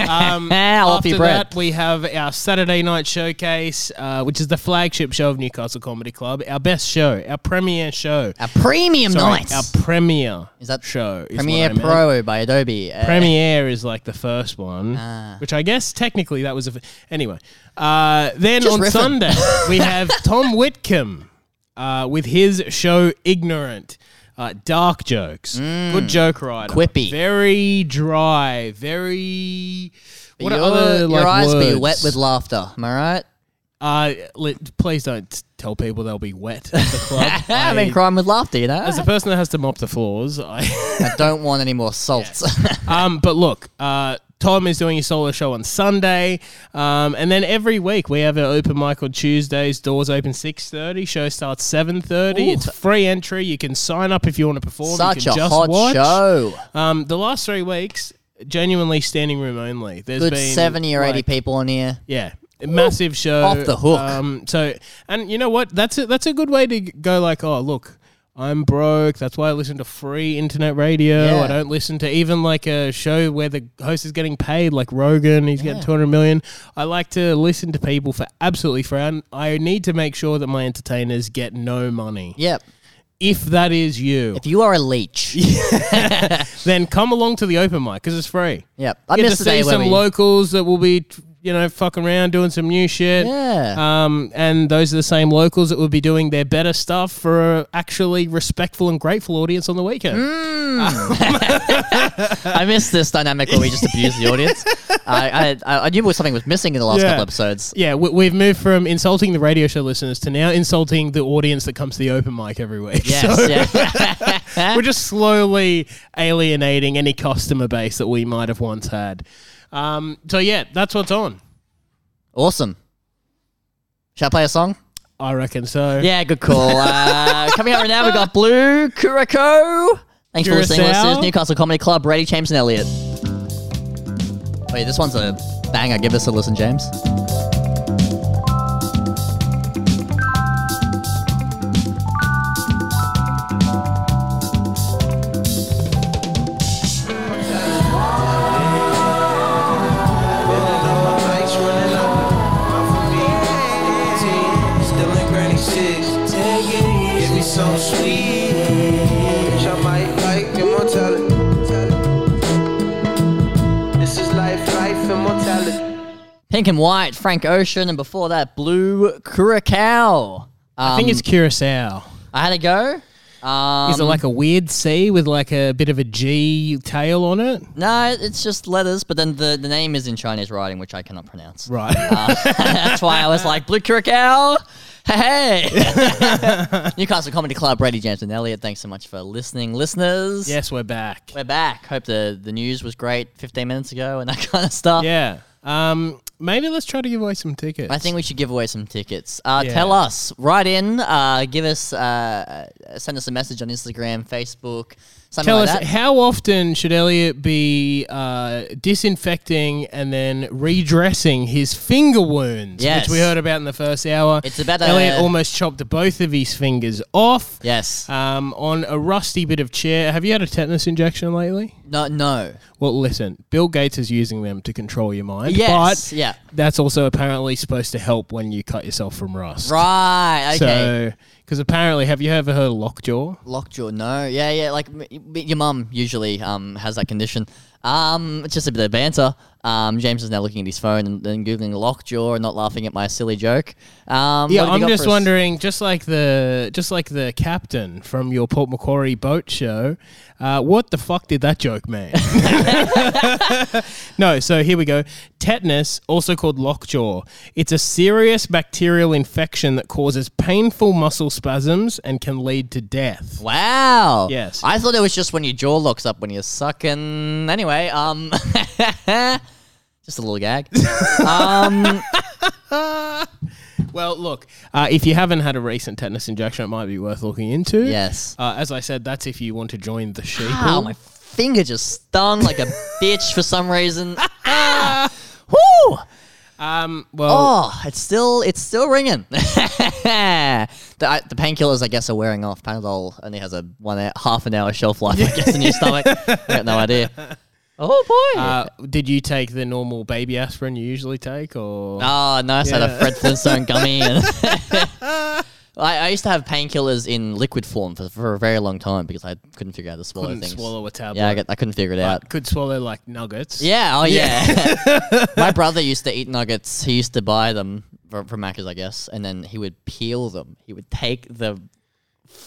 Speaker 3: Um,
Speaker 2: Ah, I'll be
Speaker 3: after
Speaker 2: bread.
Speaker 3: that, we have our Saturday night showcase, uh, which is the flagship show of Newcastle Comedy Club. Our best show, our premiere show.
Speaker 2: A premium
Speaker 3: Sorry,
Speaker 2: night.
Speaker 3: Our premiere
Speaker 2: Is that
Speaker 3: show. is
Speaker 2: Premiere
Speaker 3: what I meant.
Speaker 2: Pro by Adobe? Uh,
Speaker 3: Premiere is like the first one,
Speaker 2: Ah.
Speaker 3: which I guess technically that was a. F- anyway, uh, then
Speaker 2: Just
Speaker 3: on
Speaker 2: riffing.
Speaker 3: Sunday we have Tom Whitcomb uh, with his show Ignorant. Uh, dark jokes, good joke writer,
Speaker 2: Mm. Quippy.
Speaker 3: very dry, very. What
Speaker 2: your,
Speaker 3: are other
Speaker 2: your
Speaker 3: like
Speaker 2: eyes
Speaker 3: words?
Speaker 2: be wet with laughter. Am I right?
Speaker 3: Uh, li- please don't tell people they'll be wet at the club.
Speaker 2: I've been crying with laughter, you know.
Speaker 3: as a person that has to mop the floors, I.
Speaker 2: I don't want any more salt.
Speaker 3: um, but look, uh, Tom is doing his solo show on Sunday, um, and then every week we have our open mic on Tuesdays. Doors open six thirty. Show starts seven thirty. It's free entry. You can sign up if you want to perform.
Speaker 2: Such
Speaker 3: you
Speaker 2: a
Speaker 3: can just
Speaker 2: hot
Speaker 3: watch.
Speaker 2: show.
Speaker 3: Um, the last three weeks, genuinely standing room only. There's
Speaker 2: Good
Speaker 3: been
Speaker 2: seventy or eighty
Speaker 3: like,
Speaker 2: people in here.
Speaker 3: yeah. Massive show
Speaker 2: Off the hook.
Speaker 3: Um, so, and you know what? That's a, that's a good way to g- go. Like, oh, look, I'm broke. That's why I listen to free internet radio.
Speaker 2: Yeah.
Speaker 3: I don't listen to even like a show where the host is getting paid, like Rogan. He's getting 200 million. I like to listen to people for absolutely free. And I need to make sure that my entertainers get no money.
Speaker 2: Yep.
Speaker 3: If that is you,
Speaker 2: If you are a leech,
Speaker 3: then come along to the open mic because it's free.
Speaker 2: yep. I
Speaker 3: Get
Speaker 2: missed
Speaker 3: to
Speaker 2: the day
Speaker 3: see
Speaker 2: where
Speaker 3: some
Speaker 2: we.
Speaker 3: locals that will be, you know, fucking around doing some new shit.
Speaker 2: yeah.
Speaker 3: Um, and those are the same locals that will be doing their better stuff for a actually respectful and grateful audience on the weekend.
Speaker 2: Mm. I missed this dynamic where we just abused the audience. I, I- I I knew something was missing in the last
Speaker 3: Yeah.
Speaker 2: couple episodes.
Speaker 3: Yeah, we, we've moved from insulting the radio show listeners to now insulting the audience that comes to the open mic every week.
Speaker 2: Yes.
Speaker 3: So
Speaker 2: yeah.
Speaker 3: we're just slowly alienating any customer base that we might have once had. Um, so yeah, that's what's on.
Speaker 2: Awesome. Shall I play a song?
Speaker 3: I reckon so.
Speaker 2: Yeah, good call. Uh, coming up right now, we got Blue Kuroko. Thanks for listening,
Speaker 3: Curacao.
Speaker 2: listeners. Newcastle Comedy Club, Brady, James, and Elliot. Wait, this one's a banger. Give this a listen, James.
Speaker 7: So sweet, which I might like immortality. This is life, life, immortality.
Speaker 2: Pink and White, Frank Ocean, and before that, Blue Curacao.
Speaker 3: I think
Speaker 2: um,
Speaker 3: it's Curacao.
Speaker 2: I had a go. Um,
Speaker 3: Is it like a weird C with like a bit of a G tail on it?
Speaker 2: no, it's just letters, but then the, the name is in Chinese writing, which I cannot pronounce.
Speaker 3: Right.
Speaker 2: That's why I was like, Blue Curacao, hey! hey." Newcastle Comedy Club, Brady James and Elliot, thanks so much for listening, listeners.
Speaker 3: yes, we're back.
Speaker 2: We're back. Hope the, the news was great 15 minutes ago and that kind of stuff.
Speaker 3: Yeah. Um, maybe let's try to give away some tickets.
Speaker 2: I think we should give away some tickets. Uh,
Speaker 3: Yeah.
Speaker 2: Tell us, write in, uh, give us, uh, uh, send us a message on Instagram, Facebook, something
Speaker 3: Tell
Speaker 2: like
Speaker 3: us
Speaker 2: that.
Speaker 3: how often should Elliot be uh, disinfecting and then redressing his finger wounds,
Speaker 2: Yes.
Speaker 3: which we heard about in the first hour.
Speaker 2: It's about,
Speaker 3: Elliot
Speaker 2: uh,
Speaker 3: almost chopped both of his fingers off.
Speaker 2: yes.
Speaker 3: Um, on a rusty bit of chair. Have you had a tetanus injection lately?
Speaker 2: no, no.
Speaker 3: Well, listen, Bill Gates is using them to control your mind.
Speaker 2: Yes.
Speaker 3: But
Speaker 2: yeah.
Speaker 3: that's also apparently supposed to help when you cut yourself from rust.
Speaker 2: Right. Okay.
Speaker 3: So, because apparently, have you ever heard of lockjaw?
Speaker 2: Lockjaw. No. Yeah. Yeah. Like m- m- your mum usually um has that condition. Um, it's just a bit of banter. Um, James is now looking at his phone and, and googling lockjaw and not laughing at my silly joke. Um,
Speaker 3: Yeah,
Speaker 2: what have you
Speaker 3: I'm
Speaker 2: got
Speaker 3: just
Speaker 2: for us?
Speaker 3: wondering, just like the just like the captain from your Port Macquarie boat show, uh, what the fuck did that joke mean? no, so here we go. Tetanus, also called lockjaw, it's a serious bacterial infection that causes painful muscle spasms and can lead to death.
Speaker 2: Wow.
Speaker 3: Yes.
Speaker 2: I thought it was just when your jaw locks up when you're sucking. Anyway, um, just a little gag.
Speaker 3: Well, look, uh, if you haven't had a recent tetanus injection, it might be worth looking into.
Speaker 2: Yes.
Speaker 3: Uh, as I said, that's if you want to join the sheep.
Speaker 2: Ow, my finger just stung like a bitch for some reason. Ah. Woo!
Speaker 3: Um, Well,
Speaker 2: Oh, it's still it's still ringing. the I, the painkillers, I guess, are wearing off. Panadol only has a one hour, half an hour shelf life, I guess, in your stomach. I got no idea. Oh boy!
Speaker 3: Uh, did you take the normal baby aspirin you usually take, or
Speaker 2: Oh, nice. I had a
Speaker 3: Yeah.
Speaker 2: Fred Flintstone gummy. And I, I used to have painkillers in liquid form for, for a very long time because I couldn't figure out how to swallow
Speaker 3: Couldn't
Speaker 2: things.
Speaker 3: swallow a tablet.
Speaker 2: yeah, I, got- I couldn't figure it out.
Speaker 3: could swallow like nuggets?
Speaker 2: Yeah, oh yeah. My brother used to eat nuggets. He used to buy them from, from Macca's, I guess, and then he would peel them. He would take the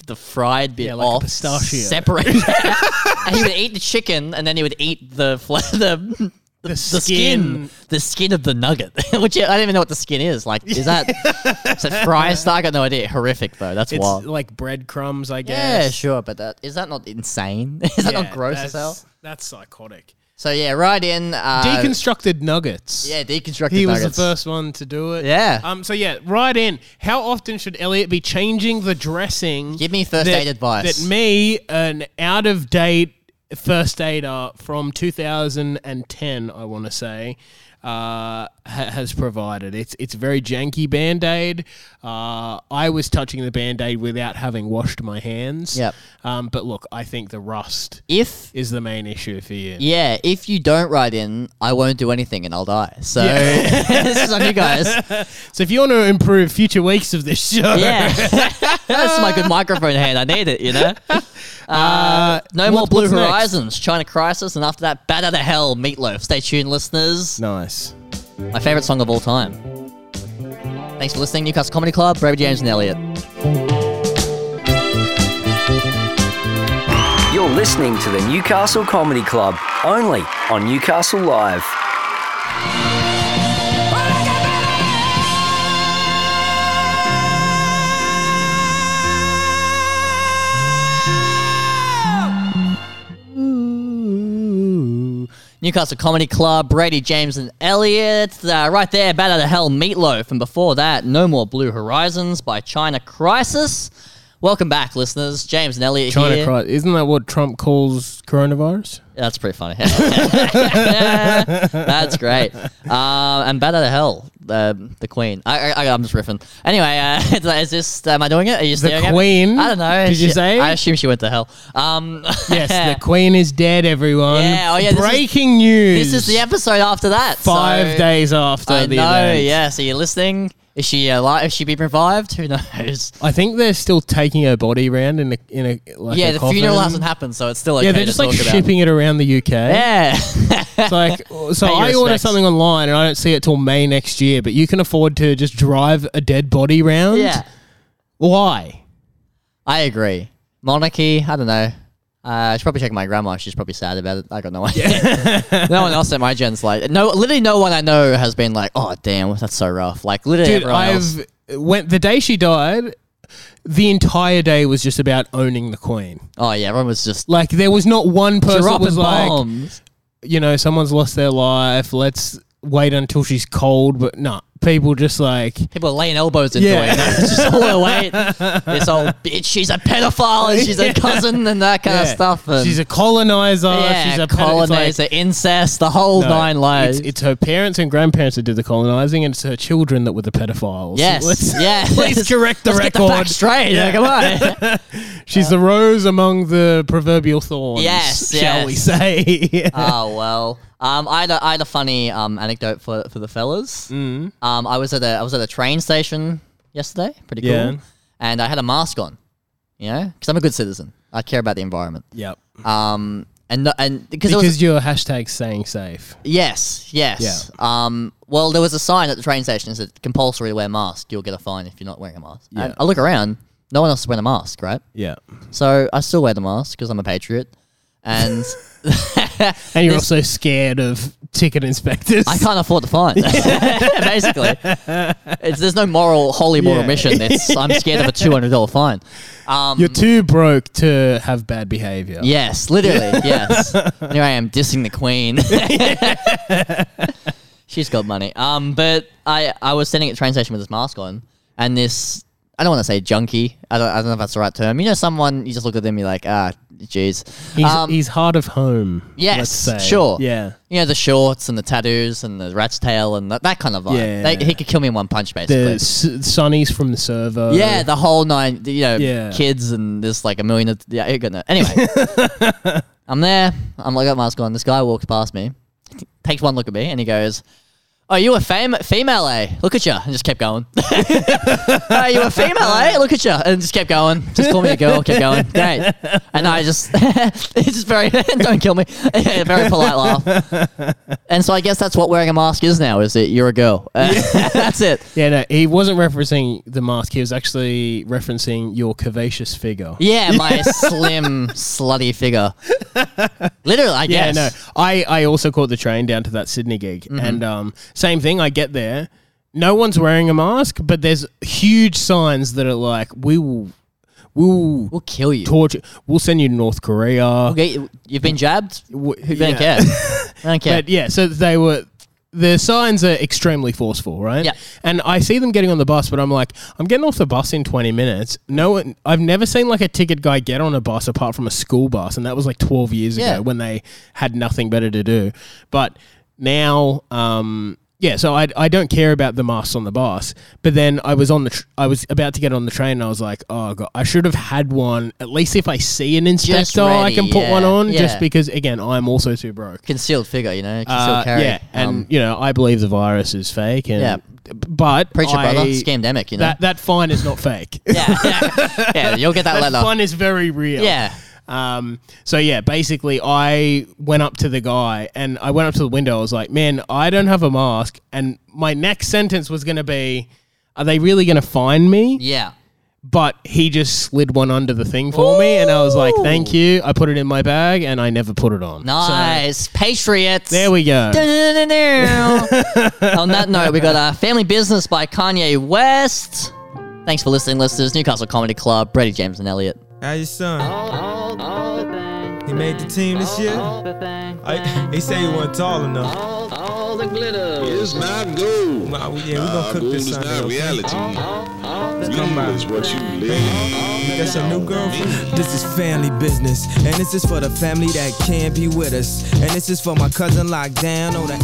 Speaker 2: the fried bit
Speaker 3: Yeah, like a
Speaker 2: off,
Speaker 3: pistachio.
Speaker 2: separate it, and he would eat the chicken, and then he would eat the fle- the
Speaker 3: the,
Speaker 2: the skin.
Speaker 3: skin.
Speaker 2: the skin of the nugget, which I don't even know what the skin is. Like, is that is that fry star? I got no idea. Horrific though. That's
Speaker 3: It's
Speaker 2: wild.
Speaker 3: like breadcrumbs, I
Speaker 2: yeah,
Speaker 3: guess.
Speaker 2: sure, but that is that not insane? Is that not
Speaker 3: Yeah,
Speaker 2: gross as hell?
Speaker 3: that's- That's psychotic.
Speaker 2: So yeah, right in. Uh,
Speaker 3: Deconstructed nuggets.
Speaker 2: yeah, deconstructed
Speaker 3: He was
Speaker 2: nuggets.
Speaker 3: the first one to do it.
Speaker 2: Yeah.
Speaker 3: Um. So yeah, right in. How often should Elliot be changing the dressing?
Speaker 2: Give me first
Speaker 3: that-
Speaker 2: aid advice.
Speaker 3: That me, an out of date first aider from 2010, I want to say, uh, ha- has provided. It's it's a very janky band aid. Uh, I was touching the band aid without having washed my hands.
Speaker 2: Yep.
Speaker 3: Um, but look, I think the rust
Speaker 2: if
Speaker 3: is the main issue for you.
Speaker 2: yeah, if you don't write in, I won't do anything and I'll die. So this is on you guys.
Speaker 3: So if you want to improve future weeks of this show,
Speaker 2: Yeah, that's my good microphone hand. I need it. You know.
Speaker 3: uh,
Speaker 2: No
Speaker 3: what-
Speaker 2: more Blue
Speaker 3: what's next?
Speaker 2: Horizons, China Crisis, and after that, Bad Out of Hell, Meatloaf. Stay tuned, listeners.
Speaker 3: Nice.
Speaker 2: My favorite song of all time. Thanks for listening, Newcastle Comedy Club, Brady James and Elliot.
Speaker 1: You're listening to the Newcastle Comedy Club, only on Newcastle Live.
Speaker 2: Newcastle Comedy Club, Brady James and Elliot. Uh, right there, Batter the Hell Meatloaf. And before that, No More Blue Horizons by China Crisis. Welcome back, listeners. James and Elliot
Speaker 3: China
Speaker 2: here.
Speaker 3: crisis. Isn't that what Trump calls coronavirus?
Speaker 2: That's pretty funny. That's great. Um, and Batter the Hell, the the Queen. I, I, I'm just riffing. Anyway, uh, is this? Am I doing it? Are you staring at me?
Speaker 3: Queen?
Speaker 2: I don't know.
Speaker 3: Did you
Speaker 2: She-
Speaker 3: say?
Speaker 2: I assume she went to hell. Um,
Speaker 3: Yes, the Queen is dead, everyone.
Speaker 2: Yeah, oh yeah, this is-
Speaker 3: Breaking news.
Speaker 2: This is the episode after that.
Speaker 3: Five
Speaker 2: so-
Speaker 3: days after
Speaker 2: I
Speaker 3: the
Speaker 2: know.
Speaker 3: event.
Speaker 2: Yeah. So you're listening. Is she alive? Is she be revived? Who knows?
Speaker 3: I think they're still taking her body around in a in a like
Speaker 2: yeah.
Speaker 3: a
Speaker 2: The
Speaker 3: coffin.
Speaker 2: funeral hasn't happened, so it's still okay.
Speaker 3: Yeah, they're
Speaker 2: to
Speaker 3: just like
Speaker 2: talk about.
Speaker 3: shipping it around the UK.
Speaker 2: Yeah.
Speaker 3: It's like so
Speaker 2: Pay your
Speaker 3: I order
Speaker 2: respects.
Speaker 3: something online and I don't see it till May next year, but you can afford to just drive a dead body round.
Speaker 2: yeah.
Speaker 3: Why?
Speaker 2: I agree. Monarchy. I don't know. Uh, I should probably check my grandma. She's probably sad about it. I got no idea. no one else at my gen's like no. Literally, no one I know has been like, "Oh, damn, that's so rough." Like literally,
Speaker 3: Dude,
Speaker 2: everyone else.
Speaker 3: I've went the day she died, the entire day was just about owning the queen.
Speaker 2: Oh yeah, everyone was just
Speaker 3: Like there was not one person that
Speaker 2: dropping
Speaker 3: was like,
Speaker 2: bombs.
Speaker 3: you know, someone's lost their life, let's wait until she's cold, but no. people just like
Speaker 2: People are laying elbows into
Speaker 3: Yeah.
Speaker 2: it. It's just all the weight. This old bitch, she's a pedophile and she's
Speaker 3: Yeah.
Speaker 2: a cousin and that kind of
Speaker 3: yeah,
Speaker 2: stuff. And
Speaker 3: she's a colonizer,
Speaker 2: yeah,
Speaker 3: she's a ped- it's like-
Speaker 2: colonizer, incest, the whole
Speaker 3: No,
Speaker 2: nine lives.
Speaker 3: It's, it's her parents and grandparents that did the colonizing, and it's her children that were the pedophiles.
Speaker 2: yes,
Speaker 3: Let's-
Speaker 2: yes.
Speaker 3: Please correct the
Speaker 2: Let's Get the
Speaker 3: record.
Speaker 2: facts straight. Yeah, come on.
Speaker 3: She's the rose among the proverbial thorns.
Speaker 2: Yes,
Speaker 3: shall we
Speaker 2: yes.
Speaker 3: say?
Speaker 2: oh well. Um, I had a, I had a funny um anecdote for for the fellas. Mm. Um, I was at a I was at a train station yesterday. Pretty cool.
Speaker 3: Yeah.
Speaker 2: And I had a mask on. You know, because I'm a good citizen. I care about the environment.
Speaker 3: yep.
Speaker 2: Um, and no, and because it was
Speaker 3: Because your hashtag staying safe.
Speaker 2: Yes, yes. Um, well, there was a sign at the train station that said compulsory to wear mask. You'll get a fine if you're not wearing a mask. And
Speaker 3: Yeah.
Speaker 2: I look around, no one else is wearing a mask, right?
Speaker 3: Yeah.
Speaker 2: So I still wear the mask because I'm a patriot, and
Speaker 3: And you're
Speaker 2: This-
Speaker 3: also scared of ticket inspectors.
Speaker 2: I can't afford the fine. Basically, it's, there's no moral, holy moral
Speaker 3: Yeah.
Speaker 2: mission. It's I'm scared of a two hundred dollar fine. Um,
Speaker 3: You're too broke to have bad behavior.
Speaker 2: Yes, literally, yes. Here I am dissing the queen. She's got money. Um, but I I was standing at the train station with this mask on, and this I don't want to say junkie. I don't I don't know if that's the right term. You know, someone you just look at them, you're like, ah, jeez.
Speaker 3: He's,
Speaker 2: Um,
Speaker 3: he's hard of home.
Speaker 2: Yes,
Speaker 3: let's say.
Speaker 2: sure.
Speaker 3: Yeah.
Speaker 2: you know the shorts and the tattoos and the rat's tail and that, that kind of vibe.
Speaker 3: Yeah.
Speaker 2: They, he could kill me in one punch,
Speaker 3: The
Speaker 2: basically.
Speaker 3: s- Sonny's from the servo.
Speaker 2: yeah, the whole nine, you know,
Speaker 3: Yeah.
Speaker 2: kids and there's like a million. Of, yeah, you're gonna. Anyway, I'm there. I'm like, got mask on. This guy walks past me, t- takes one look at me, and he goes, "Oh, you a fam- female? Eh? Look at you!" And just kept going. "Oh, you a female? Eh? Look at you!" And just kept going. Just call me a girl. Kept going. Great. And I just, it's just very, don't kill me. very polite laugh. And so I guess that's what wearing a mask is now. Is it you're a girl? that's it.
Speaker 3: Yeah, no, he wasn't referencing the mask. He was actually referencing your curvaceous figure.
Speaker 2: Yeah, my slim, slutty figure. Literally, I
Speaker 3: Yeah,
Speaker 2: guess.
Speaker 3: no. I, I also caught the train down to that Sydney gig.
Speaker 2: Mm-hmm.
Speaker 3: And um, same thing, I get there. No one's wearing a mask, but there's huge signs that are like, we will, we will
Speaker 2: We'll kill you.
Speaker 3: torture, we'll send you to North Korea.
Speaker 2: Okay, you've been jabbed.
Speaker 3: W-
Speaker 2: Who don't
Speaker 3: yeah.
Speaker 2: care? I don't care.
Speaker 3: But yeah, so they were. The signs are extremely forceful, right?
Speaker 2: Yeah.
Speaker 3: And I see them getting on the bus, but I'm like, I'm getting off the bus in 20 minutes. No one, I've never seen like a ticket guy get on a bus apart from a school bus, and that was like 12 years
Speaker 2: Yeah.
Speaker 3: ago when they had nothing better to do. But now, um, yeah, so I, I don't care about the masks on the bus, but then I was on the tr- I was about to get on the train and I was like, oh god, I should have had one. At least if I see an inspector, I
Speaker 2: ready,
Speaker 3: can put one
Speaker 2: yeah,
Speaker 3: on.
Speaker 2: yeah.
Speaker 3: Just because again, I'm also too broke.
Speaker 2: Concealed figure, you know, concealed
Speaker 3: Uh,
Speaker 2: carry.
Speaker 3: Yeah, and
Speaker 2: Um,
Speaker 3: you know, I believe the virus is fake. And
Speaker 2: Yeah.
Speaker 3: but
Speaker 2: preacher
Speaker 3: I-
Speaker 2: brother, scamdemic, you know.
Speaker 3: That that fine is not fake.
Speaker 2: yeah, yeah, yeah. You'll get that,
Speaker 3: that
Speaker 2: letter.
Speaker 3: fine is very real.
Speaker 2: Yeah.
Speaker 3: Um, so yeah, basically, I went up to the guy and I went up to the window. I was like, "Man, I don't have a mask," and my next sentence was going to be, "Are they really going to find me?"
Speaker 2: Yeah.
Speaker 3: But he just slid one under the thing for me, and I was like, "Thank you." I put it in my bag, and I never put it on. So,
Speaker 2: Nice. Patriots.
Speaker 3: there we go.
Speaker 2: On that note, we got uh, Family Business by Kanye West. Thanks for listening, listeners. Newcastle Comedy Club, Brady James and Elliot.
Speaker 8: How you son? He made the team this year. I, he said he wasn't tall enough.
Speaker 7: All the glitter.
Speaker 9: It's not gold.
Speaker 8: Nah, we- yeah, we gonna cook
Speaker 9: gold
Speaker 8: this
Speaker 9: is
Speaker 8: Sunday.
Speaker 9: not
Speaker 8: okay?
Speaker 9: reality.
Speaker 8: come by.
Speaker 9: Gold is what you live.
Speaker 8: That's your new girlfriend.
Speaker 10: This is family business, and this is for the family that can't be with us. And this is for my cousin locked down. Oh, that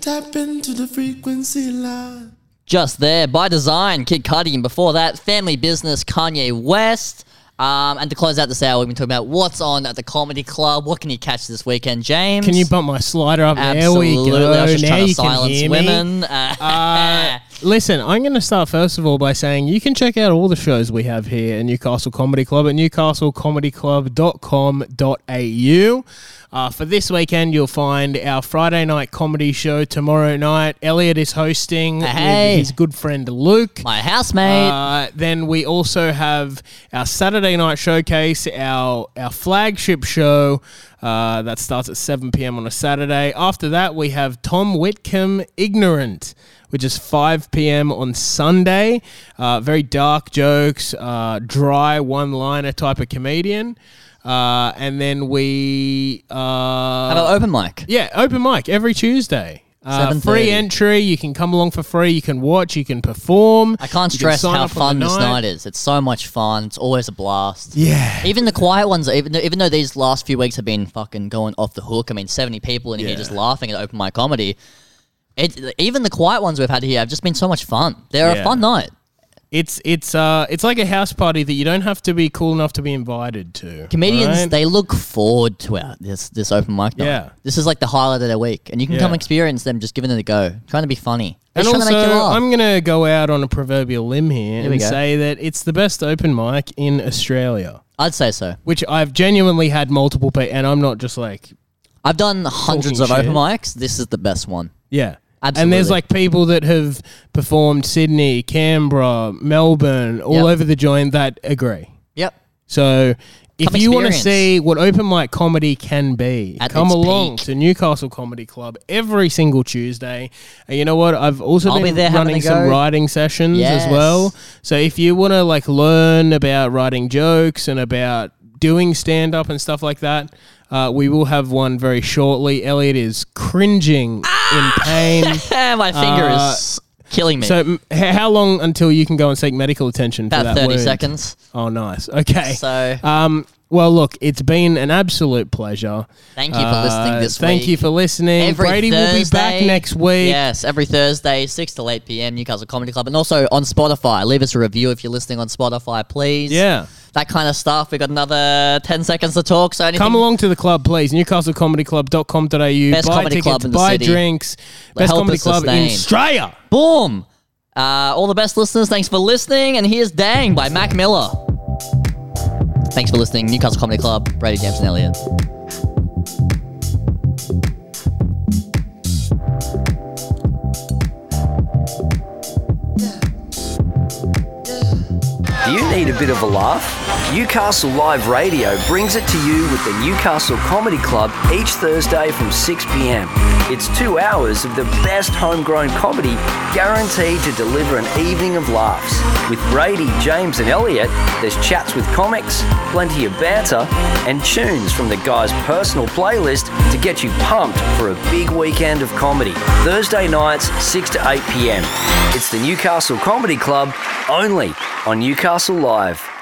Speaker 6: Tap into the frequency line.
Speaker 2: Just there by design, Kid Cudi, and before that, Family Business, Kanye West. Um, and to close out this hour, we've been talking about what's on at the comedy club. What can you catch this weekend, James?
Speaker 3: Can you bump my slider up?
Speaker 2: Absolutely.
Speaker 3: There we go.
Speaker 2: I was just
Speaker 3: now
Speaker 2: trying to
Speaker 3: you can
Speaker 2: silence
Speaker 3: hear me.
Speaker 2: women. Uh,
Speaker 3: Uh, listen, I'm going to start first of all by saying you can check out all the shows we have here at Newcastle Comedy Club at newcastlecomedyclub.com.au. Uh, for this weekend, you'll find our Friday night comedy show tomorrow night. Elliot is hosting
Speaker 2: Hey.
Speaker 3: with his good friend Luke.
Speaker 2: my housemate.
Speaker 3: Uh, then we also have our Saturday night showcase, our our flagship show uh, that starts at 7 p.m. on a Saturday. After that, we have Tom Whitcomb Ignorant, which is 5 p.m. on Sunday. Uh, very dark jokes, uh, dry one liner type of comedian. Uh, and then we. Uh,
Speaker 2: Have an open mic.
Speaker 3: yeah, open mic every Tuesday. Uh,
Speaker 2: 7:30.
Speaker 3: free entry. You can come along for free. You can watch. You can perform.
Speaker 2: I can't
Speaker 3: you can
Speaker 2: stress
Speaker 3: sign
Speaker 2: how
Speaker 3: up on
Speaker 2: fun
Speaker 3: the
Speaker 2: this night is. It's so much fun. It's always a blast.
Speaker 3: Yeah.
Speaker 2: Even the quiet ones, even though, even though these last few weeks have been fucking going off the hook. I mean, seventy people in here just laughing at open mic comedy. It, even the quiet ones we've had here have just been so much fun. They're
Speaker 3: Yeah.
Speaker 2: a fun night.
Speaker 3: It's it's uh it's like a house party that you don't have to be cool enough to be invited to.
Speaker 2: Comedians
Speaker 3: right?
Speaker 2: they look forward to our, this this open mic night.
Speaker 3: Yeah.
Speaker 2: This is like the highlight of their week, and you can
Speaker 3: Yeah.
Speaker 2: come experience them just giving it a go, trying to be funny. They're
Speaker 3: and
Speaker 2: just
Speaker 3: also,
Speaker 2: trying to make you laugh.
Speaker 3: I'm gonna go out on a proverbial limb here
Speaker 2: we
Speaker 3: and
Speaker 2: go.
Speaker 3: say that it's the best open mic in Australia,
Speaker 2: I'd say so.
Speaker 3: which I've genuinely had multiple, pe- and I'm not just like
Speaker 2: I've done hundreds of
Speaker 3: Talking
Speaker 2: open
Speaker 3: shit.
Speaker 2: mics. This is the best one.
Speaker 3: Yeah. And
Speaker 2: Absolutely.
Speaker 3: there's like people that have performed Sydney, Canberra, Melbourne, all
Speaker 2: Yep.
Speaker 3: over the joint that agree.
Speaker 2: Yep.
Speaker 3: So if
Speaker 2: Come
Speaker 3: you want to
Speaker 2: experience.
Speaker 3: see what open mic comedy can be,
Speaker 2: At
Speaker 3: come
Speaker 2: its
Speaker 3: along
Speaker 2: peak.
Speaker 3: to Newcastle Comedy Club every single Tuesday. And you know what? I've also
Speaker 2: I'll
Speaker 3: been
Speaker 2: be there having
Speaker 3: running
Speaker 2: a
Speaker 3: some
Speaker 2: go.
Speaker 3: writing sessions
Speaker 2: Yes.
Speaker 3: as well. So if you want to like learn about writing jokes and about doing stand up and stuff like that, uh, we will have one very shortly. Elliot is cringing in pain.
Speaker 2: Ah, my finger
Speaker 3: Uh,
Speaker 2: is killing me.
Speaker 3: So, m- h- how long until you can go and seek medical attention for
Speaker 2: about
Speaker 3: that
Speaker 2: 30
Speaker 3: wound?
Speaker 2: seconds.
Speaker 3: Oh, nice. Okay.
Speaker 2: So,
Speaker 3: um, well, look, it's been an absolute pleasure.
Speaker 2: Thank you for listening
Speaker 3: Uh,
Speaker 2: this
Speaker 3: Thank you
Speaker 2: week.
Speaker 3: for listening.
Speaker 2: every
Speaker 3: Brady will be back
Speaker 2: Thursday-
Speaker 3: next week.
Speaker 2: Yes, every Thursday, 6 to 8 p.m., Newcastle Comedy Club. And also on Spotify. Leave us a review if you're listening on Spotify, please.
Speaker 3: Yeah.
Speaker 2: That kind of stuff. we got another 10 seconds to talk. So, anything,
Speaker 3: Come along to the club, please. NewcastleComedyClub.com.au.
Speaker 2: Best
Speaker 3: buy
Speaker 2: comedy
Speaker 3: tickets,
Speaker 2: club in the
Speaker 3: buy
Speaker 2: city.
Speaker 3: drinks. Best
Speaker 2: help
Speaker 3: comedy
Speaker 2: us
Speaker 3: club in
Speaker 2: sustain.
Speaker 3: Australia.
Speaker 2: Boom. Uh, all the best listeners, thanks for listening. And here's Dang by Mac Miller. Thanks for listening. Newcastle Comedy Club, Brady Jameson Elliott.
Speaker 1: Do you need a bit of a laugh? Newcastle Live Radio brings it to you with the Newcastle Comedy Club each Thursday from 6 pm. It's two hours of the best homegrown comedy guaranteed to deliver an evening of laughs. With Brady, James, and Elliot, there's chats with comics, plenty of banter, and tunes from the guys' personal playlist to get you pumped for a big weekend of comedy. Thursday nights, 6 to 8 pm. It's the Newcastle Comedy Club only on Newcastle Live.